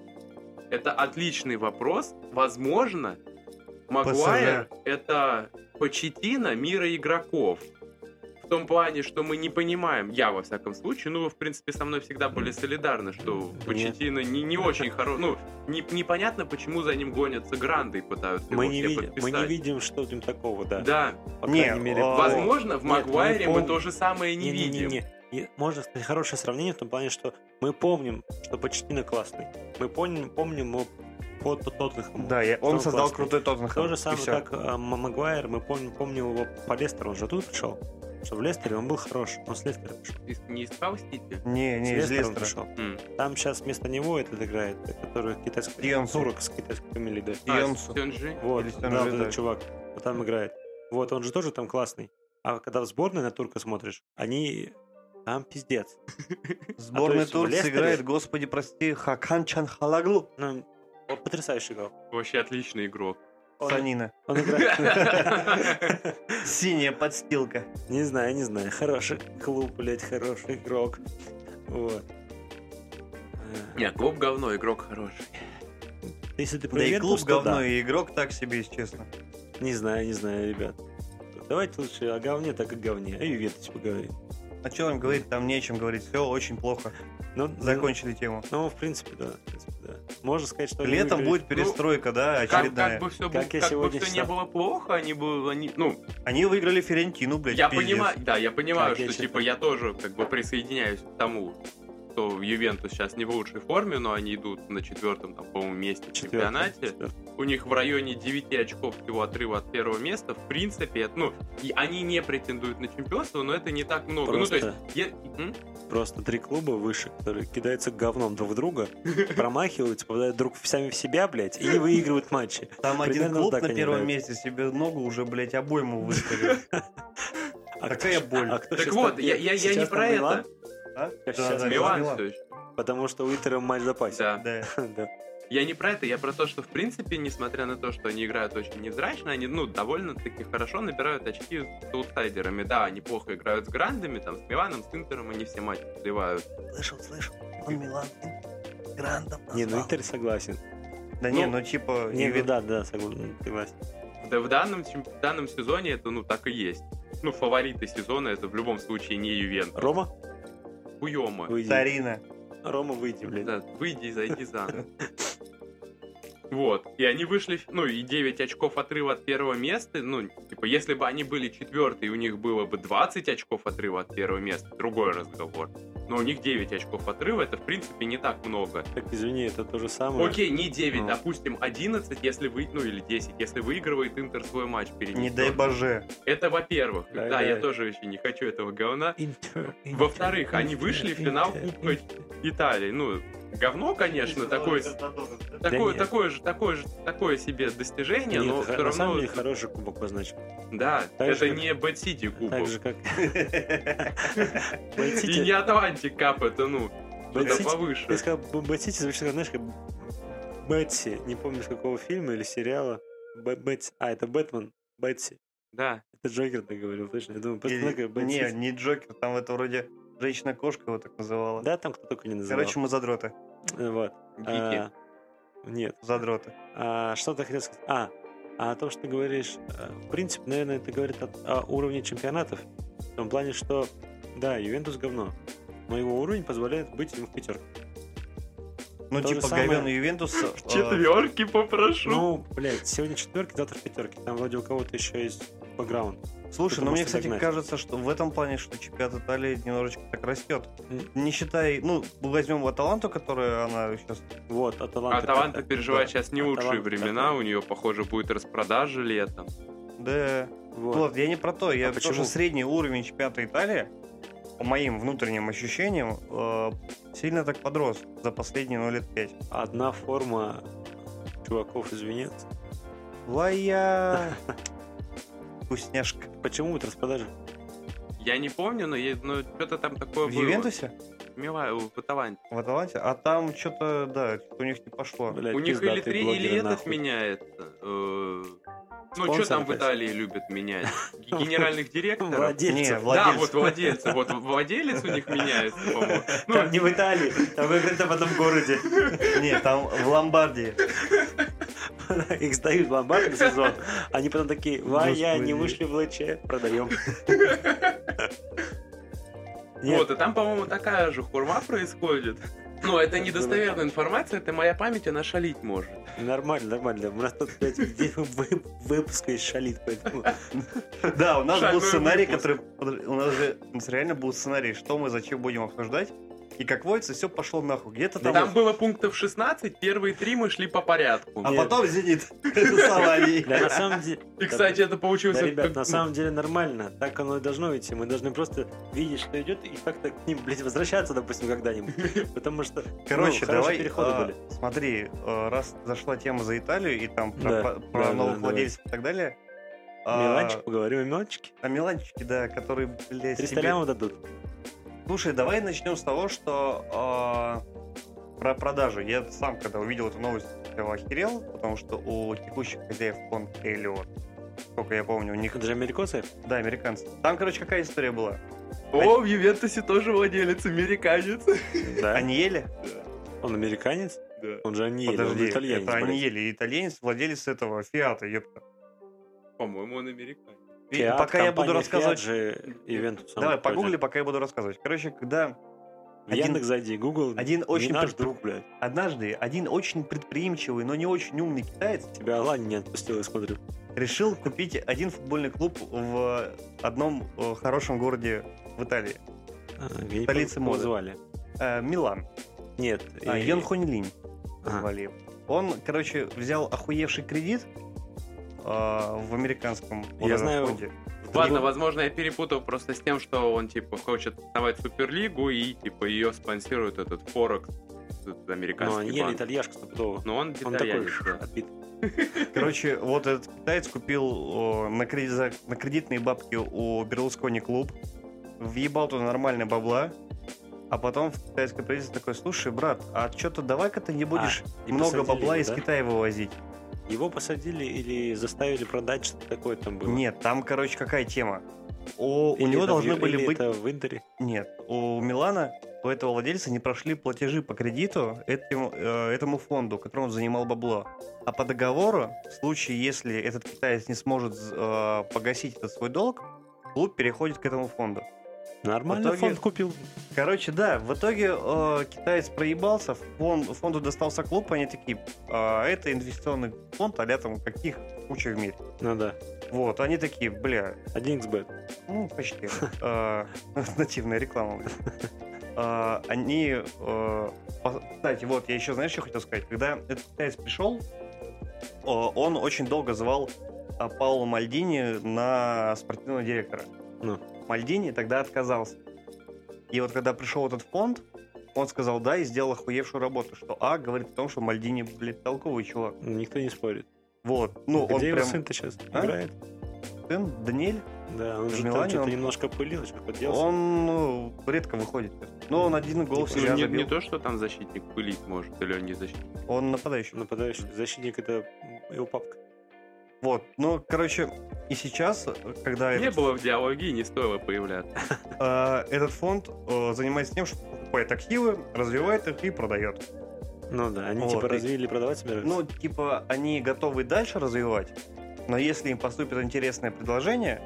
Speaker 3: Это отличный вопрос. Возможно, Магуайр — это почетина мира игроков. В том плане, что мы не понимаем, я во всяком случае, ну, вы, в принципе, со мной всегда были солидарны, что Почетина не, не очень хорош... Ну, не- непонятно, почему за ним гонятся гранды и пытаются
Speaker 2: Мы
Speaker 3: его
Speaker 2: не,
Speaker 3: все
Speaker 2: видим, мы не
Speaker 3: подписать.
Speaker 2: видим, что там такого, да.
Speaker 3: Да,
Speaker 2: По
Speaker 1: Не,
Speaker 2: крайней мере,
Speaker 1: а,
Speaker 2: по-
Speaker 3: возможно, в
Speaker 2: Нет, мы
Speaker 3: Магуайре мы
Speaker 2: пом-
Speaker 3: то же самое не видим.
Speaker 2: Не-не-не-не. И Можно сказать хорошее сравнение в том плане, что мы помним, что Почтина классный. Мы помним, помним его под Тоттенхэмом.
Speaker 1: Да, я- он
Speaker 2: Кто
Speaker 1: создал
Speaker 2: классный?
Speaker 1: крутой Тоттенхэм.
Speaker 2: То же
Speaker 1: и
Speaker 2: самое,
Speaker 1: всё.
Speaker 2: как э, М- Магуайр, мы помним, помним его по Лестеру, он же тут пришел. Что в Лестере он был хорош, он с Лестера пришел.
Speaker 3: Ис- Не искал Сити?
Speaker 1: Не, не,
Speaker 2: С
Speaker 1: из
Speaker 2: Лестера он (laughs)
Speaker 1: Лестера.
Speaker 2: пришел.
Speaker 3: М.
Speaker 2: Там сейчас вместо него этот играет, который китайский...
Speaker 1: Йонсу.
Speaker 2: турок с китайской фамилией, да.
Speaker 1: И
Speaker 3: А,
Speaker 1: он-
Speaker 3: Сёнджи?
Speaker 2: Вот,
Speaker 1: Или с
Speaker 2: да,
Speaker 1: тем
Speaker 2: вот
Speaker 1: же,
Speaker 2: этот
Speaker 1: да.
Speaker 2: чувак, вот там играет. Вот, он же тоже там классный. А когда в сборной на турка смотришь, они... Там пиздец.
Speaker 1: Сборная
Speaker 2: А, есть в
Speaker 1: Турции
Speaker 2: Лестере-
Speaker 1: играет, господи, прости, Хакан Чанхалаглу.
Speaker 2: Ну, он потрясающий гол.
Speaker 3: Вообще
Speaker 2: (laughs)
Speaker 3: отличный игрок.
Speaker 2: Он-
Speaker 1: Санина.
Speaker 2: Он
Speaker 1: (laughs)
Speaker 2: играет.
Speaker 1: Синяя подстилка.
Speaker 2: Не знаю, не знаю. Хороший клуб, блядь, хороший игрок. Вот. Э,
Speaker 3: Нет, клуб говно, игрок хороший.
Speaker 2: Если ты про
Speaker 1: Да и
Speaker 2: Ювентус,
Speaker 1: клуб
Speaker 2: то да.
Speaker 1: говно, и игрок так себе, если честно.
Speaker 2: Не знаю, не знаю, ребят. Давайте лучше о говне, так и говне. О Ювентусе поговорим.
Speaker 1: О чем А он говорит, там нечем говорить. Все очень плохо.
Speaker 2: Ну,
Speaker 1: Закончили тему.
Speaker 2: Ну, в принципе, да. в принципе, да. Можно сказать, что они
Speaker 1: Летом
Speaker 2: выиграли. Ну,
Speaker 1: будет перестройка, да,
Speaker 3: Как, как
Speaker 1: очередная.
Speaker 3: бы все,
Speaker 2: Как я сегодня
Speaker 3: не
Speaker 2: читал.
Speaker 3: было плохо, они бы, они, ну,
Speaker 1: Они выиграли Ферентину, блядь,
Speaker 3: я
Speaker 1: пиздец.
Speaker 3: понимаю, да, я понимаю,
Speaker 2: Как я
Speaker 3: что
Speaker 2: читал.
Speaker 3: типа я тоже как бы присоединяюсь к тому, что Ювентус сейчас не в лучшей форме, но они идут на четвертом, там, по-моему, месте в
Speaker 2: Четвертый,
Speaker 3: чемпионате.
Speaker 2: четвертый.
Speaker 3: У них в районе 9 очков всего отрыва от первого места. В принципе, это, ну, и они не претендуют на чемпионство, но это не так много. Ну, то
Speaker 2: Просто,
Speaker 3: есть, я- м?
Speaker 2: просто три клуба выше, которые кидаются говном друг в
Speaker 3: (laughs)
Speaker 2: друга, промахиваются, попадают друг в- сами в себя, блядь, и не выигрывают матчи.
Speaker 1: Там один
Speaker 2: Примерно
Speaker 1: клуб
Speaker 2: так
Speaker 1: на
Speaker 2: они
Speaker 1: первом
Speaker 2: играют.
Speaker 1: месте себе ногу уже,
Speaker 2: (laughs)
Speaker 1: блядь, обойму выставил.
Speaker 2: А
Speaker 1: Такая
Speaker 2: кто-
Speaker 1: боль.
Speaker 2: а кто
Speaker 3: Так
Speaker 2: сейчас
Speaker 3: вот,
Speaker 2: там-
Speaker 3: я, я, я
Speaker 2: сейчас
Speaker 3: не
Speaker 2: там
Speaker 3: про
Speaker 2: Милан?
Speaker 3: это.
Speaker 1: А?
Speaker 2: Как
Speaker 1: Да,
Speaker 2: сейчас
Speaker 1: да,
Speaker 3: Милан
Speaker 1: Милан.
Speaker 3: всё еще.
Speaker 2: Потому что у Интера матч в запасе.
Speaker 3: Да.
Speaker 1: Да.
Speaker 2: (laughs) Да.
Speaker 3: Я не про это, я про то, что в принципе, несмотря на то, что они играют очень невзрачно, они, ну, довольно-таки хорошо набирают очки с аутсайдерами. Да, они плохо играют с грандами, там, с Миланом, с Интером, они все матчи сливают.
Speaker 1: Слышал, слышал. Он Милан грандом
Speaker 2: Не, ну Интер согласен.
Speaker 1: Да не,
Speaker 3: Ну,
Speaker 1: ну типа...
Speaker 2: Не, ну
Speaker 1: Ювен-
Speaker 2: да, да, согла- согласен.
Speaker 3: Да в данном, чем- в данном сезоне это, ну, так и есть. Ну, фавориты сезона это в любом случае не Ювент.
Speaker 2: Рома,
Speaker 3: Хуёма.
Speaker 2: выйди.
Speaker 1: Тарина.
Speaker 2: Рома, выйди, блядь.
Speaker 3: Да, выйди и
Speaker 2: (laughs)
Speaker 3: зайди заново. Вот. И они вышли, ну, и 9 очков отрыва от первого места. Ну, типа, если бы они были четвертые, у них было бы 20 очков отрыва от первого места. Другой разговор. Но у них 9 очков отрыва, это, в принципе, не так много.
Speaker 2: Так, извини, это то же самое.
Speaker 3: Окей, не 9,
Speaker 2: Ну.
Speaker 3: допустим, 11, если вы, ну, или 10, если выигрывает Интер свой матч перед
Speaker 1: Не дай боже.
Speaker 3: Это во-первых.
Speaker 2: Да,
Speaker 3: Да,
Speaker 2: да.
Speaker 3: я тоже еще не хочу этого говна.
Speaker 2: Интер,
Speaker 3: Во-вторых,
Speaker 2: Интер,
Speaker 3: они вышли в
Speaker 2: Интер,
Speaker 3: финал
Speaker 2: Интер,
Speaker 3: Италии, ну, говно, конечно, такое, такое,
Speaker 2: нет.
Speaker 3: такое же, такое же, такое себе достижение,
Speaker 2: Нет,
Speaker 3: но
Speaker 2: х-
Speaker 3: все
Speaker 2: на самом
Speaker 3: ну, равно,
Speaker 2: деле хороший кубок позначил.
Speaker 3: да,
Speaker 2: так
Speaker 3: это
Speaker 2: же, как-
Speaker 3: не Bad City
Speaker 2: Так
Speaker 3: кубок
Speaker 2: же, как
Speaker 1: (laughs)
Speaker 3: и не Atlantic Cup, это ну,
Speaker 2: Bad
Speaker 3: это
Speaker 2: City-
Speaker 3: повыше.
Speaker 2: Ты сказал Б- Бэтти, звучит, как, знаешь, как Бетси. Не помню, с какого фильма или сериала. Б- Бетси. А, это Бэтмен. Бетси.
Speaker 3: Да,
Speaker 2: Это Джокер, ты говорил, точно. Я думаю,
Speaker 1: Или-
Speaker 2: посмотри, как
Speaker 1: Не,
Speaker 2: Бэтси.
Speaker 1: не Джокер, там это вроде женщина-кошка его так называла.
Speaker 2: Да, там кто только не называл.
Speaker 1: Короче, мы задроты.
Speaker 2: Э, вот.
Speaker 3: гики.
Speaker 2: А, Нет.
Speaker 1: Задроты.
Speaker 2: А, что ты хотел сказать? А, а о том, что ты говоришь, э, в принципе, наверное, это говорит о, о уровне чемпионатов. В том плане, что, да, Ювентус говно, но его уровень позволяет быть им в пятерке.
Speaker 1: Ну,
Speaker 2: То же
Speaker 1: типа
Speaker 2: самое.
Speaker 1: говёный
Speaker 2: (laughs)
Speaker 1: Ювентус. э,
Speaker 3: В четверке попрошу.
Speaker 2: Ну, блядь, сегодня четверки, завтра в пятерке. Там вроде у кого-то еще есть бэкграунд.
Speaker 1: Слушай,
Speaker 2: Кто-то
Speaker 1: ну мне,
Speaker 2: может
Speaker 1: кстати,
Speaker 2: догнать.
Speaker 1: кажется, что в этом плане, что чемпионат Италии немножечко так растет.
Speaker 2: М.
Speaker 1: Не считай, ну, возьмем Аталанту, которая она сейчас...
Speaker 2: Вот, Аталанта.
Speaker 3: А Таланта переживает
Speaker 2: Да,
Speaker 3: сейчас не лучшие
Speaker 2: Аталанта
Speaker 3: времена,
Speaker 2: такая.
Speaker 3: у нее, похоже, будет распродажа летом.
Speaker 1: Да,
Speaker 2: Вот.
Speaker 1: вот. я не про то,
Speaker 2: А
Speaker 1: я про то, что
Speaker 2: почему?
Speaker 1: средний уровень чемпионата Италии, по моим внутренним ощущениям, э, сильно так подрос за последние, ну, лет пять.
Speaker 2: Одна форма чуваков из Венеции. (laughs)
Speaker 1: Лая! Вкусняшка.
Speaker 2: Почему будет распродажа?
Speaker 3: Я не помню, но, я- но что-то там такое
Speaker 1: В
Speaker 3: было.
Speaker 1: Ювентусе?
Speaker 3: Мила- э, в Аталанте.
Speaker 1: В Аталанте? А там что-то, да, что-то у них не пошло.
Speaker 2: Блядь,
Speaker 3: У них или
Speaker 2: пиздатые
Speaker 3: три,
Speaker 2: Э, блогеры,
Speaker 3: или этот
Speaker 2: нахуй. (laughs)
Speaker 3: меняется. э, Ну,
Speaker 2: Спонсор
Speaker 3: что там в
Speaker 2: опять?
Speaker 3: Италии любят
Speaker 2: (laughs)
Speaker 3: менять? Г- Генеральных директоров?
Speaker 2: Владельцы. (laughs)
Speaker 1: Не,
Speaker 3: Да,
Speaker 1: владельцы.
Speaker 3: вот владельцы. Вот владелец у них меняется,
Speaker 2: (laughs)
Speaker 3: по-моему. Ну,
Speaker 2: Там не в Италии, там а в этом одном городе.
Speaker 1: (laughs) Не, там в Ломбардии.
Speaker 2: (laughs) Их сдают в ломбард на сезон. Они потом такие, я
Speaker 1: Господи.
Speaker 2: не вышли в ЛЧ,
Speaker 3: (laughs)
Speaker 2: продаем.
Speaker 3: Вот, и там, по-моему, такая же хурма происходит. Ну, это недостоверная информация, это моя память, она шалить может.
Speaker 2: нормально, нормально. У нас тут, блядь, (laughs) день вы- выпуска и шалит, поэтому...
Speaker 1: Да, у нас был
Speaker 3: Шальной
Speaker 1: сценарий,
Speaker 3: выпуск.
Speaker 1: который... подр- У нас же у нас реально был сценарий, что мы зачем будем обсуждать. И как водится, все пошло нахуй. Где-то там...
Speaker 3: Там было пунктов 16, первые три мы шли по порядку.
Speaker 1: А
Speaker 2: Нет.
Speaker 1: потом «Зенит». (laughs) Саланий.
Speaker 2: Да, на самом деле...
Speaker 3: И, кстати, это получилось...
Speaker 2: Да, ребят,
Speaker 3: как-
Speaker 2: на самом деле нормально. Так оно и должно идти. Мы должны просто видеть, что идет, и как-то к ним, блядь, возвращаться, допустим, когда-нибудь.
Speaker 1: (laughs)
Speaker 2: Потому что
Speaker 1: Короче,
Speaker 2: ну, хорошие
Speaker 1: давай...
Speaker 2: переходы
Speaker 1: а,
Speaker 2: были.
Speaker 1: Смотри, а, раз зашла тема за Италию и там про-
Speaker 2: Да.
Speaker 1: про
Speaker 2: Да,
Speaker 1: про
Speaker 2: да,
Speaker 1: новых
Speaker 2: давай.
Speaker 1: владельцев и так далее... а,
Speaker 2: Миланчик, поговорим о Миланчике.
Speaker 1: О Миланчике, да, который, блядь,
Speaker 2: 300
Speaker 1: себе-
Speaker 2: лямов дадут.
Speaker 1: Слушай, давай начнем с того, что а, про продажу. Я сам, когда увидел эту новость, сначала охерел, потому что у текущих хозяев фонд Эллиот, сколько я помню, у них,
Speaker 2: Это же америкосы.
Speaker 1: да, американцы. Там, короче, какая история была?
Speaker 3: О, в Ювентусе тоже владелец американец.
Speaker 2: Да.
Speaker 1: Они ели?
Speaker 2: Он американец?
Speaker 3: Да.
Speaker 2: Он же Аниель, он
Speaker 1: Подожди,
Speaker 2: же ну, итальянец.
Speaker 1: это они
Speaker 2: блядь.
Speaker 1: ели. Итальянец, владелец этого Фиата, ёпта.
Speaker 3: По-моему, он американец.
Speaker 1: И
Speaker 2: Фиат,
Speaker 1: пока я буду
Speaker 2: компания
Speaker 1: рассказывать...
Speaker 2: Фиат же Ивентус. сам
Speaker 1: Давай,
Speaker 2: вроде.
Speaker 1: погугли, пока я буду рассказывать. Короче, когда
Speaker 2: В
Speaker 1: Один-
Speaker 2: Яндекс зайди, Google.
Speaker 1: один
Speaker 2: не
Speaker 1: очень
Speaker 2: наш
Speaker 1: предпри-
Speaker 2: друг, блядь.
Speaker 1: однажды один очень предприимчивый, но не очень умный китаец
Speaker 2: Тебя Алан не отпустил, я смотрю.
Speaker 1: решил купить один футбольный клуб в одном э, хорошем городе в Италии.
Speaker 2: А, я не помню, как
Speaker 1: Столица
Speaker 2: его
Speaker 1: моды.
Speaker 2: звали.
Speaker 1: Э, Милан.
Speaker 2: Нет.
Speaker 1: А,
Speaker 2: и-
Speaker 1: Йон Хунь Линь
Speaker 2: Ага.
Speaker 1: звали его. Он, короче, взял охуевший кредит а, в американском вот этом
Speaker 2: знаю,
Speaker 1: фонде.
Speaker 3: Ладно, возможно, я перепутал просто с тем, что он, типа, хочет основать Суперлигу и, типа, ее спонсирует этот Форекс,
Speaker 2: Ну,
Speaker 3: этот
Speaker 2: Но
Speaker 3: американский
Speaker 2: Аниель
Speaker 3: банк.
Speaker 2: итальяшка стопудово.
Speaker 3: Но он
Speaker 2: Он такой
Speaker 3: итальянец,
Speaker 2: ш-
Speaker 3: да.
Speaker 2: отбит.
Speaker 1: Короче, вот этот китаец купил о, на, креди- за- на кредитные бабки у Берлускони клуб, въебал туда нормально бабла, а потом в китайское правительство такой, слушай, брат, а что-то давай-ка ты не будешь
Speaker 2: и
Speaker 1: много
Speaker 2: посадили
Speaker 1: бабла
Speaker 2: его,
Speaker 1: из
Speaker 2: да?
Speaker 1: Китая вывозить.
Speaker 2: Его посадили или заставили продать, что-то такое там было.
Speaker 1: Нет, там, короче, какая тема? О, у
Speaker 2: Или это
Speaker 1: него
Speaker 2: в
Speaker 1: должны
Speaker 2: Ю-
Speaker 1: были
Speaker 2: или
Speaker 1: быть
Speaker 2: это в Интере.
Speaker 1: Нет, у Милана, у этого владельца не прошли платежи по кредиту этому, э, этому фонду, которому он занимал бабло. А по договору, в случае, если этот китаец не сможет э, погасить этот свой долг, клуб переходит к этому фонду.
Speaker 2: Нормально
Speaker 1: В итоге-
Speaker 2: фонд купил.
Speaker 1: Короче, да, в итоге э, китаец проебался, фон- фонду достался клуб, они такие, «А, это инвестиционный фонд, а там каких куча в мире.
Speaker 2: Ну да.
Speaker 1: Вот, они такие, бля,
Speaker 2: Один xbet.
Speaker 1: Ну,
Speaker 2: (laughs)
Speaker 1: почти. Э, (laughs) Нативная реклама. Э, Они... э, по- Кстати, вот, я еще, знаешь, что хотел сказать? Когда этот китаец пришел, э, он очень долго звал э, Паула Мальдини на спортивного директора.
Speaker 2: Ну.
Speaker 1: Мальдини тогда отказался. И вот когда пришел этот фонд, Он сказал да и сделал охуевшую работу, что А говорит о том, что Мальдини, блядь, толковый чувак.
Speaker 2: Никто не спорит.
Speaker 1: Вот. Ну,
Speaker 2: Где
Speaker 1: он
Speaker 2: его
Speaker 1: прям...
Speaker 2: сын-то сейчас
Speaker 1: А?
Speaker 2: играет?
Speaker 1: Сын? Даниэль?
Speaker 2: Да, он же
Speaker 1: Милане
Speaker 2: там что-то
Speaker 1: он-
Speaker 2: немножко пылил, что подделся.
Speaker 1: Он ну, редко выходит. Но он один гол
Speaker 2: Ну,
Speaker 1: всегда
Speaker 3: Ну, не,
Speaker 1: забил.
Speaker 3: не то, что там защитник пылить может, или он не защитник.
Speaker 1: Он нападающий.
Speaker 2: Нападающий Ну, защитник это его папка.
Speaker 1: Вот. Ну, короче, и сейчас, когда
Speaker 2: А
Speaker 3: Не
Speaker 1: этот,
Speaker 3: было в диалоге и не стоило появляться.
Speaker 1: э, этот фонд э, занимается тем, что покупает активы, развивает их и продает.
Speaker 2: Ну да, они
Speaker 1: Вот,
Speaker 2: типа
Speaker 1: и-
Speaker 2: развили и продавать собираются.
Speaker 1: Ну, типа, они готовы дальше развивать, но если им поступит интересное предложение,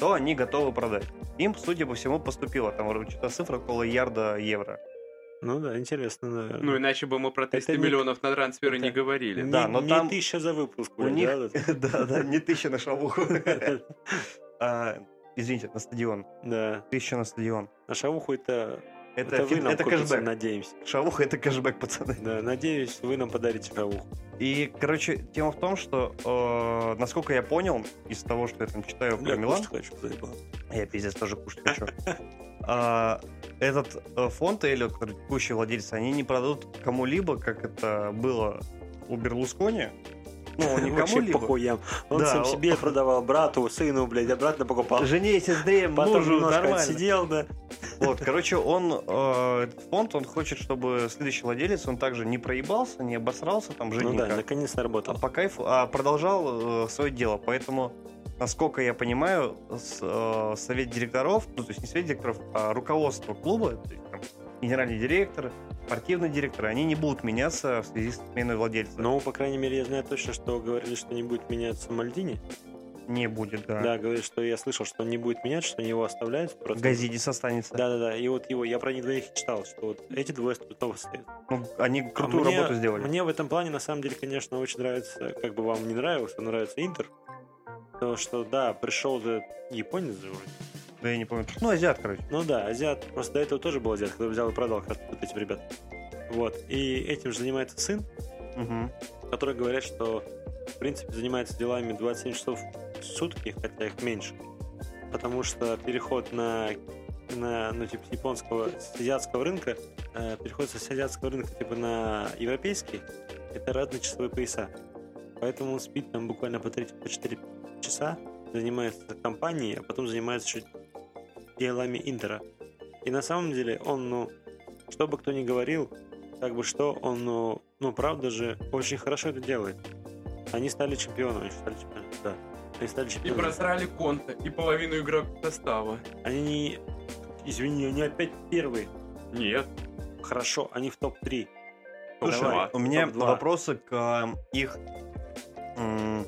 Speaker 1: то они готовы продать. Им, судя по всему, поступило. Там вроде что-то цифра около ярда евро.
Speaker 2: Ну да, интересно, наверное.
Speaker 3: Ну, иначе бы мы про 300
Speaker 2: не-
Speaker 3: миллионов на трансферы не
Speaker 2: это-
Speaker 3: говорили.
Speaker 1: да,
Speaker 2: Не-
Speaker 1: но
Speaker 2: не
Speaker 1: там
Speaker 2: тысяча за выпуск.
Speaker 1: у
Speaker 2: блядь,
Speaker 1: них-
Speaker 2: да, да.
Speaker 1: (laughs) Да, да, не тысяча на шавуху. (laughs) А, Извините, на стадион.
Speaker 2: (laughs) Да.
Speaker 1: Тысяча на стадион.
Speaker 2: На шавуху это...
Speaker 1: Это,
Speaker 2: вы
Speaker 1: фин-
Speaker 2: нам
Speaker 1: это
Speaker 2: купите,
Speaker 1: кэшбэк.
Speaker 2: надеемся.
Speaker 1: Шавуха это кэшбэк, пацаны.
Speaker 2: Да, надеюсь, вы нам подарите шавуху.
Speaker 1: И, короче, тема в том, что, э, насколько я понял, из того, что я там читаю про
Speaker 2: Бля,
Speaker 1: Милан,
Speaker 2: кушать хочу, заебал.
Speaker 1: А Я пиздец тоже кушать хочу. (laughs) А, Этот э, фонд Эллиот, который текущий владелец, они не продадут кому-либо, как это было у Берлускони. Ну, не
Speaker 2: Вообще
Speaker 1: кому-либо.
Speaker 2: похуям. Он
Speaker 1: Да,
Speaker 2: сам
Speaker 1: он-
Speaker 2: себе продавал, брату, сыну, блядь, обратно покупал.
Speaker 1: Жене, (laughs) сестре,
Speaker 2: Потом
Speaker 1: мужу,
Speaker 2: немножко
Speaker 1: нормально.
Speaker 2: сидел, да.
Speaker 1: Вот, короче, он, э, этот фонд, он хочет, чтобы следующий владелец, он также не проебался, не обосрался там
Speaker 2: Ну да,
Speaker 1: жирненько,
Speaker 2: наконец
Speaker 1: а
Speaker 2: наработал.
Speaker 1: по кайфу, а продолжал э, свое дело. Поэтому, насколько я понимаю, с- э, совет директоров, ну то есть не совет директоров, а руководство клуба, то есть там генеральный директор, спортивный директор, они не будут меняться в связи с сменой владельца.
Speaker 2: Ну, по крайней мере, я знаю точно, что говорили, что не будет меняться Мальдини.
Speaker 1: Не будет, да.
Speaker 2: Да, говорили, что я слышал, что он не будет менять, что они его оставляют.
Speaker 1: В Газидис останется.
Speaker 2: Да-да-да, и вот его, я про них двоих читал, что вот эти двое стопудово стоят.
Speaker 1: Ну, они
Speaker 2: А
Speaker 1: крутую
Speaker 2: мне-
Speaker 1: работу сделали.
Speaker 2: Мне в этом плане, на самом деле, конечно, очень нравится, как бы вам не нравилось, а нравится Интер. То, что, да, пришел же японец же вроде.
Speaker 1: Да я не помню. Ну, азиат, короче.
Speaker 2: Ну да, азиат, просто до этого тоже был азиат, который взял и продал как раз вот этим ребятам. Вот, и этим же занимается сын,
Speaker 1: Мгм.
Speaker 2: которые говорят, что в принципе занимаются делами 27 часов в сутки, хотя их меньше. Потому что переход на, на ну, типа, с японского, с азиатского рынка, э, переход с азиатского рынка типа на европейский, это разные часовые пояса. Поэтому он спит там буквально по 3 по 4 часа, занимается компанией, а потом занимается еще делами Интера. И на самом деле он, ну, что бы кто ни говорил, как бы что, он, ну, ну, правда же, очень хорошо это делает. Они стали чемпионами, они стали чемпионами, да. Они стали
Speaker 3: И
Speaker 2: чемпионами.
Speaker 3: просрали конта, и половину игроков состава.
Speaker 2: Они не... Извини, они опять первые.
Speaker 3: Нет.
Speaker 2: Хорошо, они в топ-3.
Speaker 1: Слушай,
Speaker 2: а
Speaker 3: Давай,
Speaker 1: у меня
Speaker 2: топ-два.
Speaker 1: вопросы к э, их м,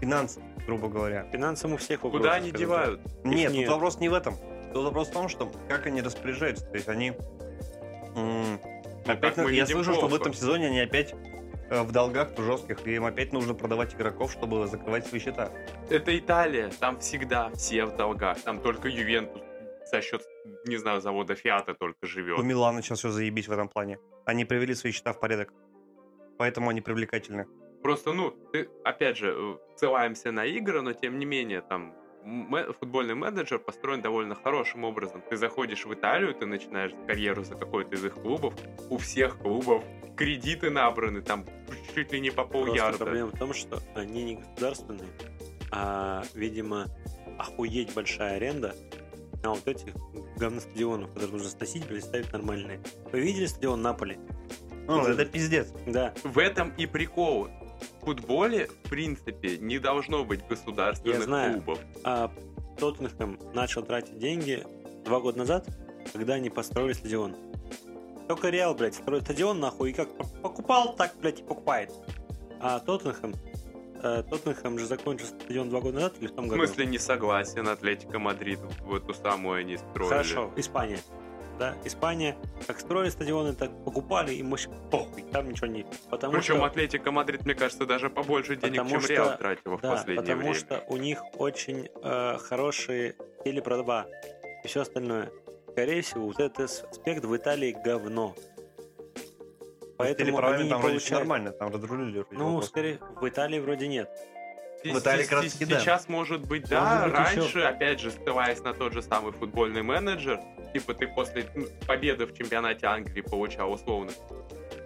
Speaker 1: финансам, грубо говоря.
Speaker 2: Финансам у всех вопросы.
Speaker 3: Куда они
Speaker 2: скажем так.
Speaker 3: девают?
Speaker 1: Нет,
Speaker 2: нет.
Speaker 1: тут вопрос не в этом. Тут вопрос в том, что как они распоряжаются. То есть они... м,
Speaker 3: Ну,
Speaker 1: опять,
Speaker 3: как мы
Speaker 1: я
Speaker 3: видим,
Speaker 1: слышал, что в
Speaker 3: плохо.
Speaker 1: этом сезоне они опять э, в долгах жестких, и им опять нужно продавать игроков, чтобы закрывать свои счета.
Speaker 3: Это Италия, там всегда все в долгах. Там только Ювентус за счет, не знаю, завода Фиата только
Speaker 1: У
Speaker 3: живет.
Speaker 1: Милана сейчас все заебись в этом плане. Они привели свои счета в порядок. Поэтому они привлекательны.
Speaker 3: Просто, ну, ты, опять же, э, ссылаемся на игры, но тем не менее, там, ме- футбольный менеджер построен довольно хорошим образом. Ты заходишь в Италию, ты начинаешь карьеру за какой-то из их клубов. У всех клубов кредиты набраны, там, чуть ли не по
Speaker 2: Просто
Speaker 3: полярда.
Speaker 2: проблема в том, что они не государственные, а, видимо, охуеть большая аренда на вот этих говностадионов, которые нужно сносить, блядь, ставить нормальные. Вы видели стадион Наполи?
Speaker 1: Ну, это пиздец.
Speaker 2: Да.
Speaker 3: В этом и прикол. В футболе, в принципе, не должно быть государственных
Speaker 2: Я знаю.
Speaker 3: клубов.
Speaker 2: а Тоттенхэм начал тратить деньги два года назад, когда они построили стадион. Только Реал, блядь, строит стадион, нахуй, и как п- покупал, так, блядь, и покупает. А Тоттенхэм, э, Тоттенхэм же закончил стадион два года назад или в том
Speaker 3: В
Speaker 2: году?
Speaker 3: смысле не согласен, Атлетика Мадрид в эту самую они строили.
Speaker 2: Хорошо, Испания. Да, Испания, как строили стадионы, так покупали, им вообще похуй, там ничего не... Потому
Speaker 3: Причем
Speaker 2: что...
Speaker 3: Атлетика Мадрид, мне кажется, даже побольше денег,
Speaker 2: Потому
Speaker 3: чем
Speaker 2: что-
Speaker 3: Реал тратила в
Speaker 2: Да,
Speaker 3: последнее
Speaker 2: потому
Speaker 3: время.
Speaker 2: что у них очень э, хорошие телепродава и все остальное. Скорее всего, вот этот аспект в Италии говно.
Speaker 1: С
Speaker 2: Поэтому
Speaker 3: Ну,
Speaker 1: телеправами
Speaker 2: они не
Speaker 1: там вроде все
Speaker 2: получают...
Speaker 1: нормально, там разрулили.
Speaker 2: Ну, скорее, в Италии вроде нет.
Speaker 1: В Италии как раз-таки да.
Speaker 3: Сейчас, может быть, да.
Speaker 2: Может быть,
Speaker 3: раньше,
Speaker 2: еще-
Speaker 3: опять же, ссылаясь на тот же самый футбольный менеджер, типа ты после ну, победы в чемпионате Англии получал условно.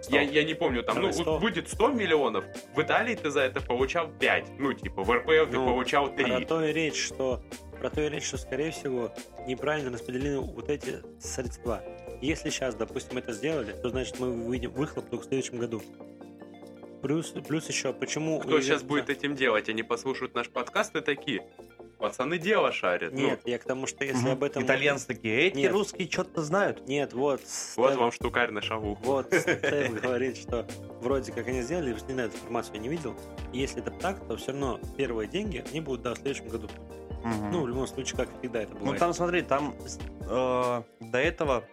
Speaker 3: Я, я не помню, там, ну,
Speaker 2: Давай, 100.
Speaker 3: будет 100 миллионов. В Италии ты за это получал 5. Ну, типа, в РПЛ ты
Speaker 2: Ну,
Speaker 3: получал 3.
Speaker 2: Про то и речь, что про то и речь, что, скорее всего, неправильно распределены вот эти средства. Если сейчас, допустим, это сделали, то значит мы выйдем выхлоп только в следующем году. Плюс, плюс еще, почему...
Speaker 3: Кто
Speaker 2: уезжает-
Speaker 3: сейчас будет этим делать? Они послушают наш подкаст и такие, пацаны дело шарят. Ну,
Speaker 2: Нет, я к тому, что если
Speaker 1: Мгм.
Speaker 2: об этом...
Speaker 1: Итальянцы такие, эти
Speaker 2: Нет.
Speaker 1: русские что-то знают.
Speaker 2: Нет, вот... Стеф-
Speaker 3: вот вам штукарь на шагу.
Speaker 2: (laughs) Вот
Speaker 3: (laughs)
Speaker 2: Стеф говорит, что вроде как они сделали, я просто не знаю, эту информацию я не видел. И Если это так, то все равно первые деньги они будут, да, в следующем году.
Speaker 1: Мгм.
Speaker 2: Ну, в любом случае, как всегда это
Speaker 1: Ну
Speaker 2: бывает.
Speaker 1: там, смотри, там с- э, до этого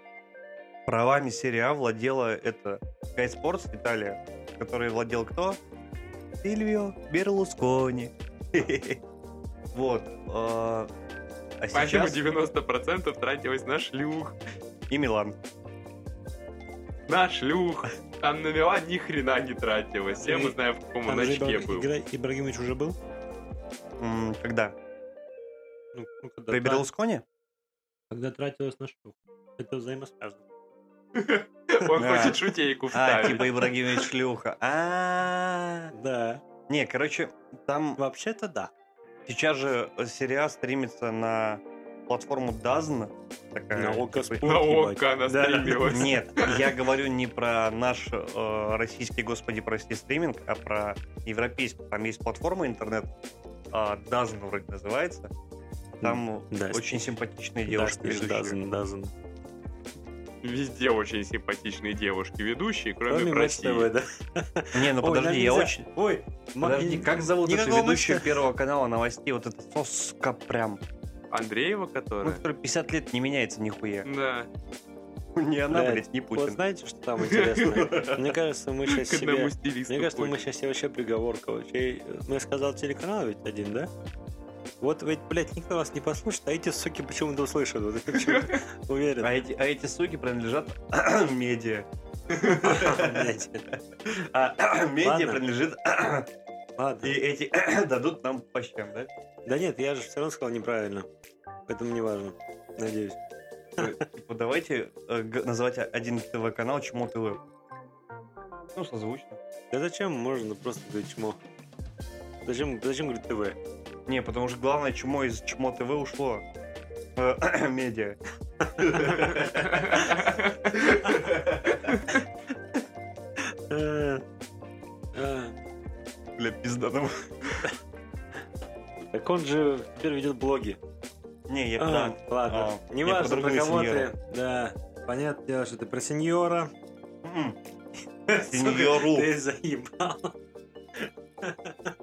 Speaker 1: правами серии А владела это Sky Sports Италия, который владел кто? Сильвио Берлускони. (laughs) Вот. э, А
Speaker 3: Поэтому
Speaker 1: сейчас
Speaker 3: 90% тратилось на шлюх.
Speaker 1: и Милан.
Speaker 3: На шлюх. Там на Милан ни хрена не тратилось. Все мы знаем, в каком он
Speaker 2: Там же
Speaker 3: очке
Speaker 2: Ибра-
Speaker 3: был.
Speaker 2: Игра- Ибрагимович уже был?
Speaker 1: М, Когда?
Speaker 2: Ну, ну, когда,
Speaker 1: При
Speaker 2: тра-
Speaker 1: Берлускони?
Speaker 2: когда тратилось на шлюх. Это взаимосвязано.
Speaker 3: Он
Speaker 1: Да.
Speaker 3: хочет шутейку
Speaker 1: А,
Speaker 3: вставить.
Speaker 1: типа Ибрагимович Шлюха. А,
Speaker 2: Да.
Speaker 1: Не, короче, там
Speaker 2: Вообще-то да.
Speaker 1: сейчас же серия А стримится на платформу Дазн. Такая,
Speaker 2: На
Speaker 1: типа,
Speaker 3: На ОК она
Speaker 2: Да.
Speaker 3: стримилась.
Speaker 1: Нет, я говорю не про наш э, российский, господи, прости, стриминг, а про европейский. Там есть платформа интернет, а, Dazzn вроде называется. Там
Speaker 2: да,
Speaker 1: очень симпатичные девушки.
Speaker 2: Дазн,
Speaker 1: ведущие.
Speaker 2: Дазн, Дазн.
Speaker 3: Везде очень симпатичные девушки ведущие, кроме
Speaker 2: Кроме
Speaker 3: в
Speaker 2: Матч
Speaker 3: России.
Speaker 2: ТВ, да.
Speaker 1: Не, ну
Speaker 2: Ой, нам
Speaker 1: подожди, я
Speaker 2: нельзя.
Speaker 1: очень...
Speaker 2: Ой, ма-
Speaker 1: Подожди, как зовут эту
Speaker 2: никакого
Speaker 1: ведущую
Speaker 2: матча.
Speaker 1: Первого канала новостей? Вот эта соска прям.
Speaker 3: Андреева,
Speaker 1: Ну,
Speaker 3: которая.
Speaker 1: которая 50 лет не меняется нихуя.
Speaker 2: Ну,
Speaker 3: (laughs) Да.
Speaker 1: (laughs) Не она,
Speaker 2: Блядь,
Speaker 1: блядь, не
Speaker 2: Вот
Speaker 1: Путин.
Speaker 2: знаете, что там
Speaker 1: (laughs)
Speaker 2: интересно? Мне кажется, мы сейчас
Speaker 3: К
Speaker 2: себе...
Speaker 3: одному стилисту.
Speaker 2: Мне кажется, мы
Speaker 3: ходит.
Speaker 2: сейчас себе вообще приговор, короче. Ну, я сказал телеканал ведь один, да? Вот ведь, блядь, никто вас не послушает, а эти суки почему-то услышат. Вот я
Speaker 1: (laughs)
Speaker 2: почему-то уверен.
Speaker 1: А эти, а эти суки принадлежат (clears throat) медиа.
Speaker 2: (laughs)
Speaker 1: (laughs)
Speaker 2: Блядь.
Speaker 1: А (clears throat) медиа
Speaker 2: Ладно.
Speaker 1: принадлежит
Speaker 2: Ладно.
Speaker 1: И эти (clears throat) дадут нам по щам, да?
Speaker 2: Да нет, я же все равно сказал неправильно. Поэтому не важно. Надеюсь.
Speaker 1: Типа, давайте э, г- называть один ТВ-канал Чмо ТВ. Ну, созвучно.
Speaker 2: Да зачем можно просто говорить чмо? Зачем, зачем говорить ТВ?
Speaker 1: Не, потому что главное Чмо из Чмо ТВ ушло. Э, (clears throat) Медиа.
Speaker 2: Э, э.
Speaker 1: (laughs) Бля, пизда. ну.
Speaker 2: Так он же теперь ведет блоги.
Speaker 1: Не, я
Speaker 2: А,
Speaker 1: пьян.
Speaker 2: Ладно.
Speaker 1: А,
Speaker 2: Не
Speaker 1: я
Speaker 2: важно,
Speaker 1: про
Speaker 2: про
Speaker 1: другого
Speaker 2: кого
Speaker 1: сеньора.
Speaker 2: ты. Да. Понятное дело, что ты про сеньора.
Speaker 1: М,
Speaker 2: Сука,
Speaker 1: Сеньору.
Speaker 2: Ты заебал.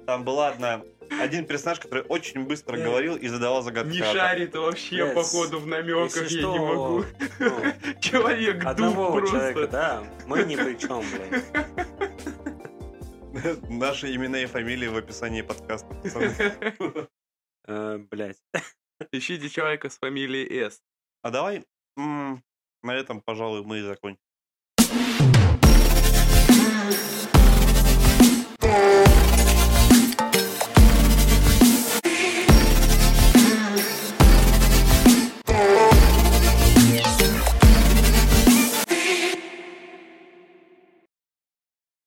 Speaker 1: Там была одна... Один персонаж, который очень быстро
Speaker 2: Э.
Speaker 1: говорил и задавал загадки.
Speaker 3: (laughs) Не шарит вообще,
Speaker 2: Блядь,
Speaker 3: походу, в намеках,
Speaker 2: Если
Speaker 3: я
Speaker 2: что,
Speaker 3: не могу. (laughs)
Speaker 2: ну,
Speaker 3: Человек дух
Speaker 2: Одного человека,
Speaker 3: просто.
Speaker 2: да. Мы ни при чем, блядь.
Speaker 1: (laughs) Наши имена и фамилии в описании (laughs) подкаста. пацаны.
Speaker 3: (laughs)
Speaker 2: Э, Блядь.
Speaker 3: Ищите человека с фамилией С.
Speaker 1: А давай м, на этом, пожалуй, мы и закончим.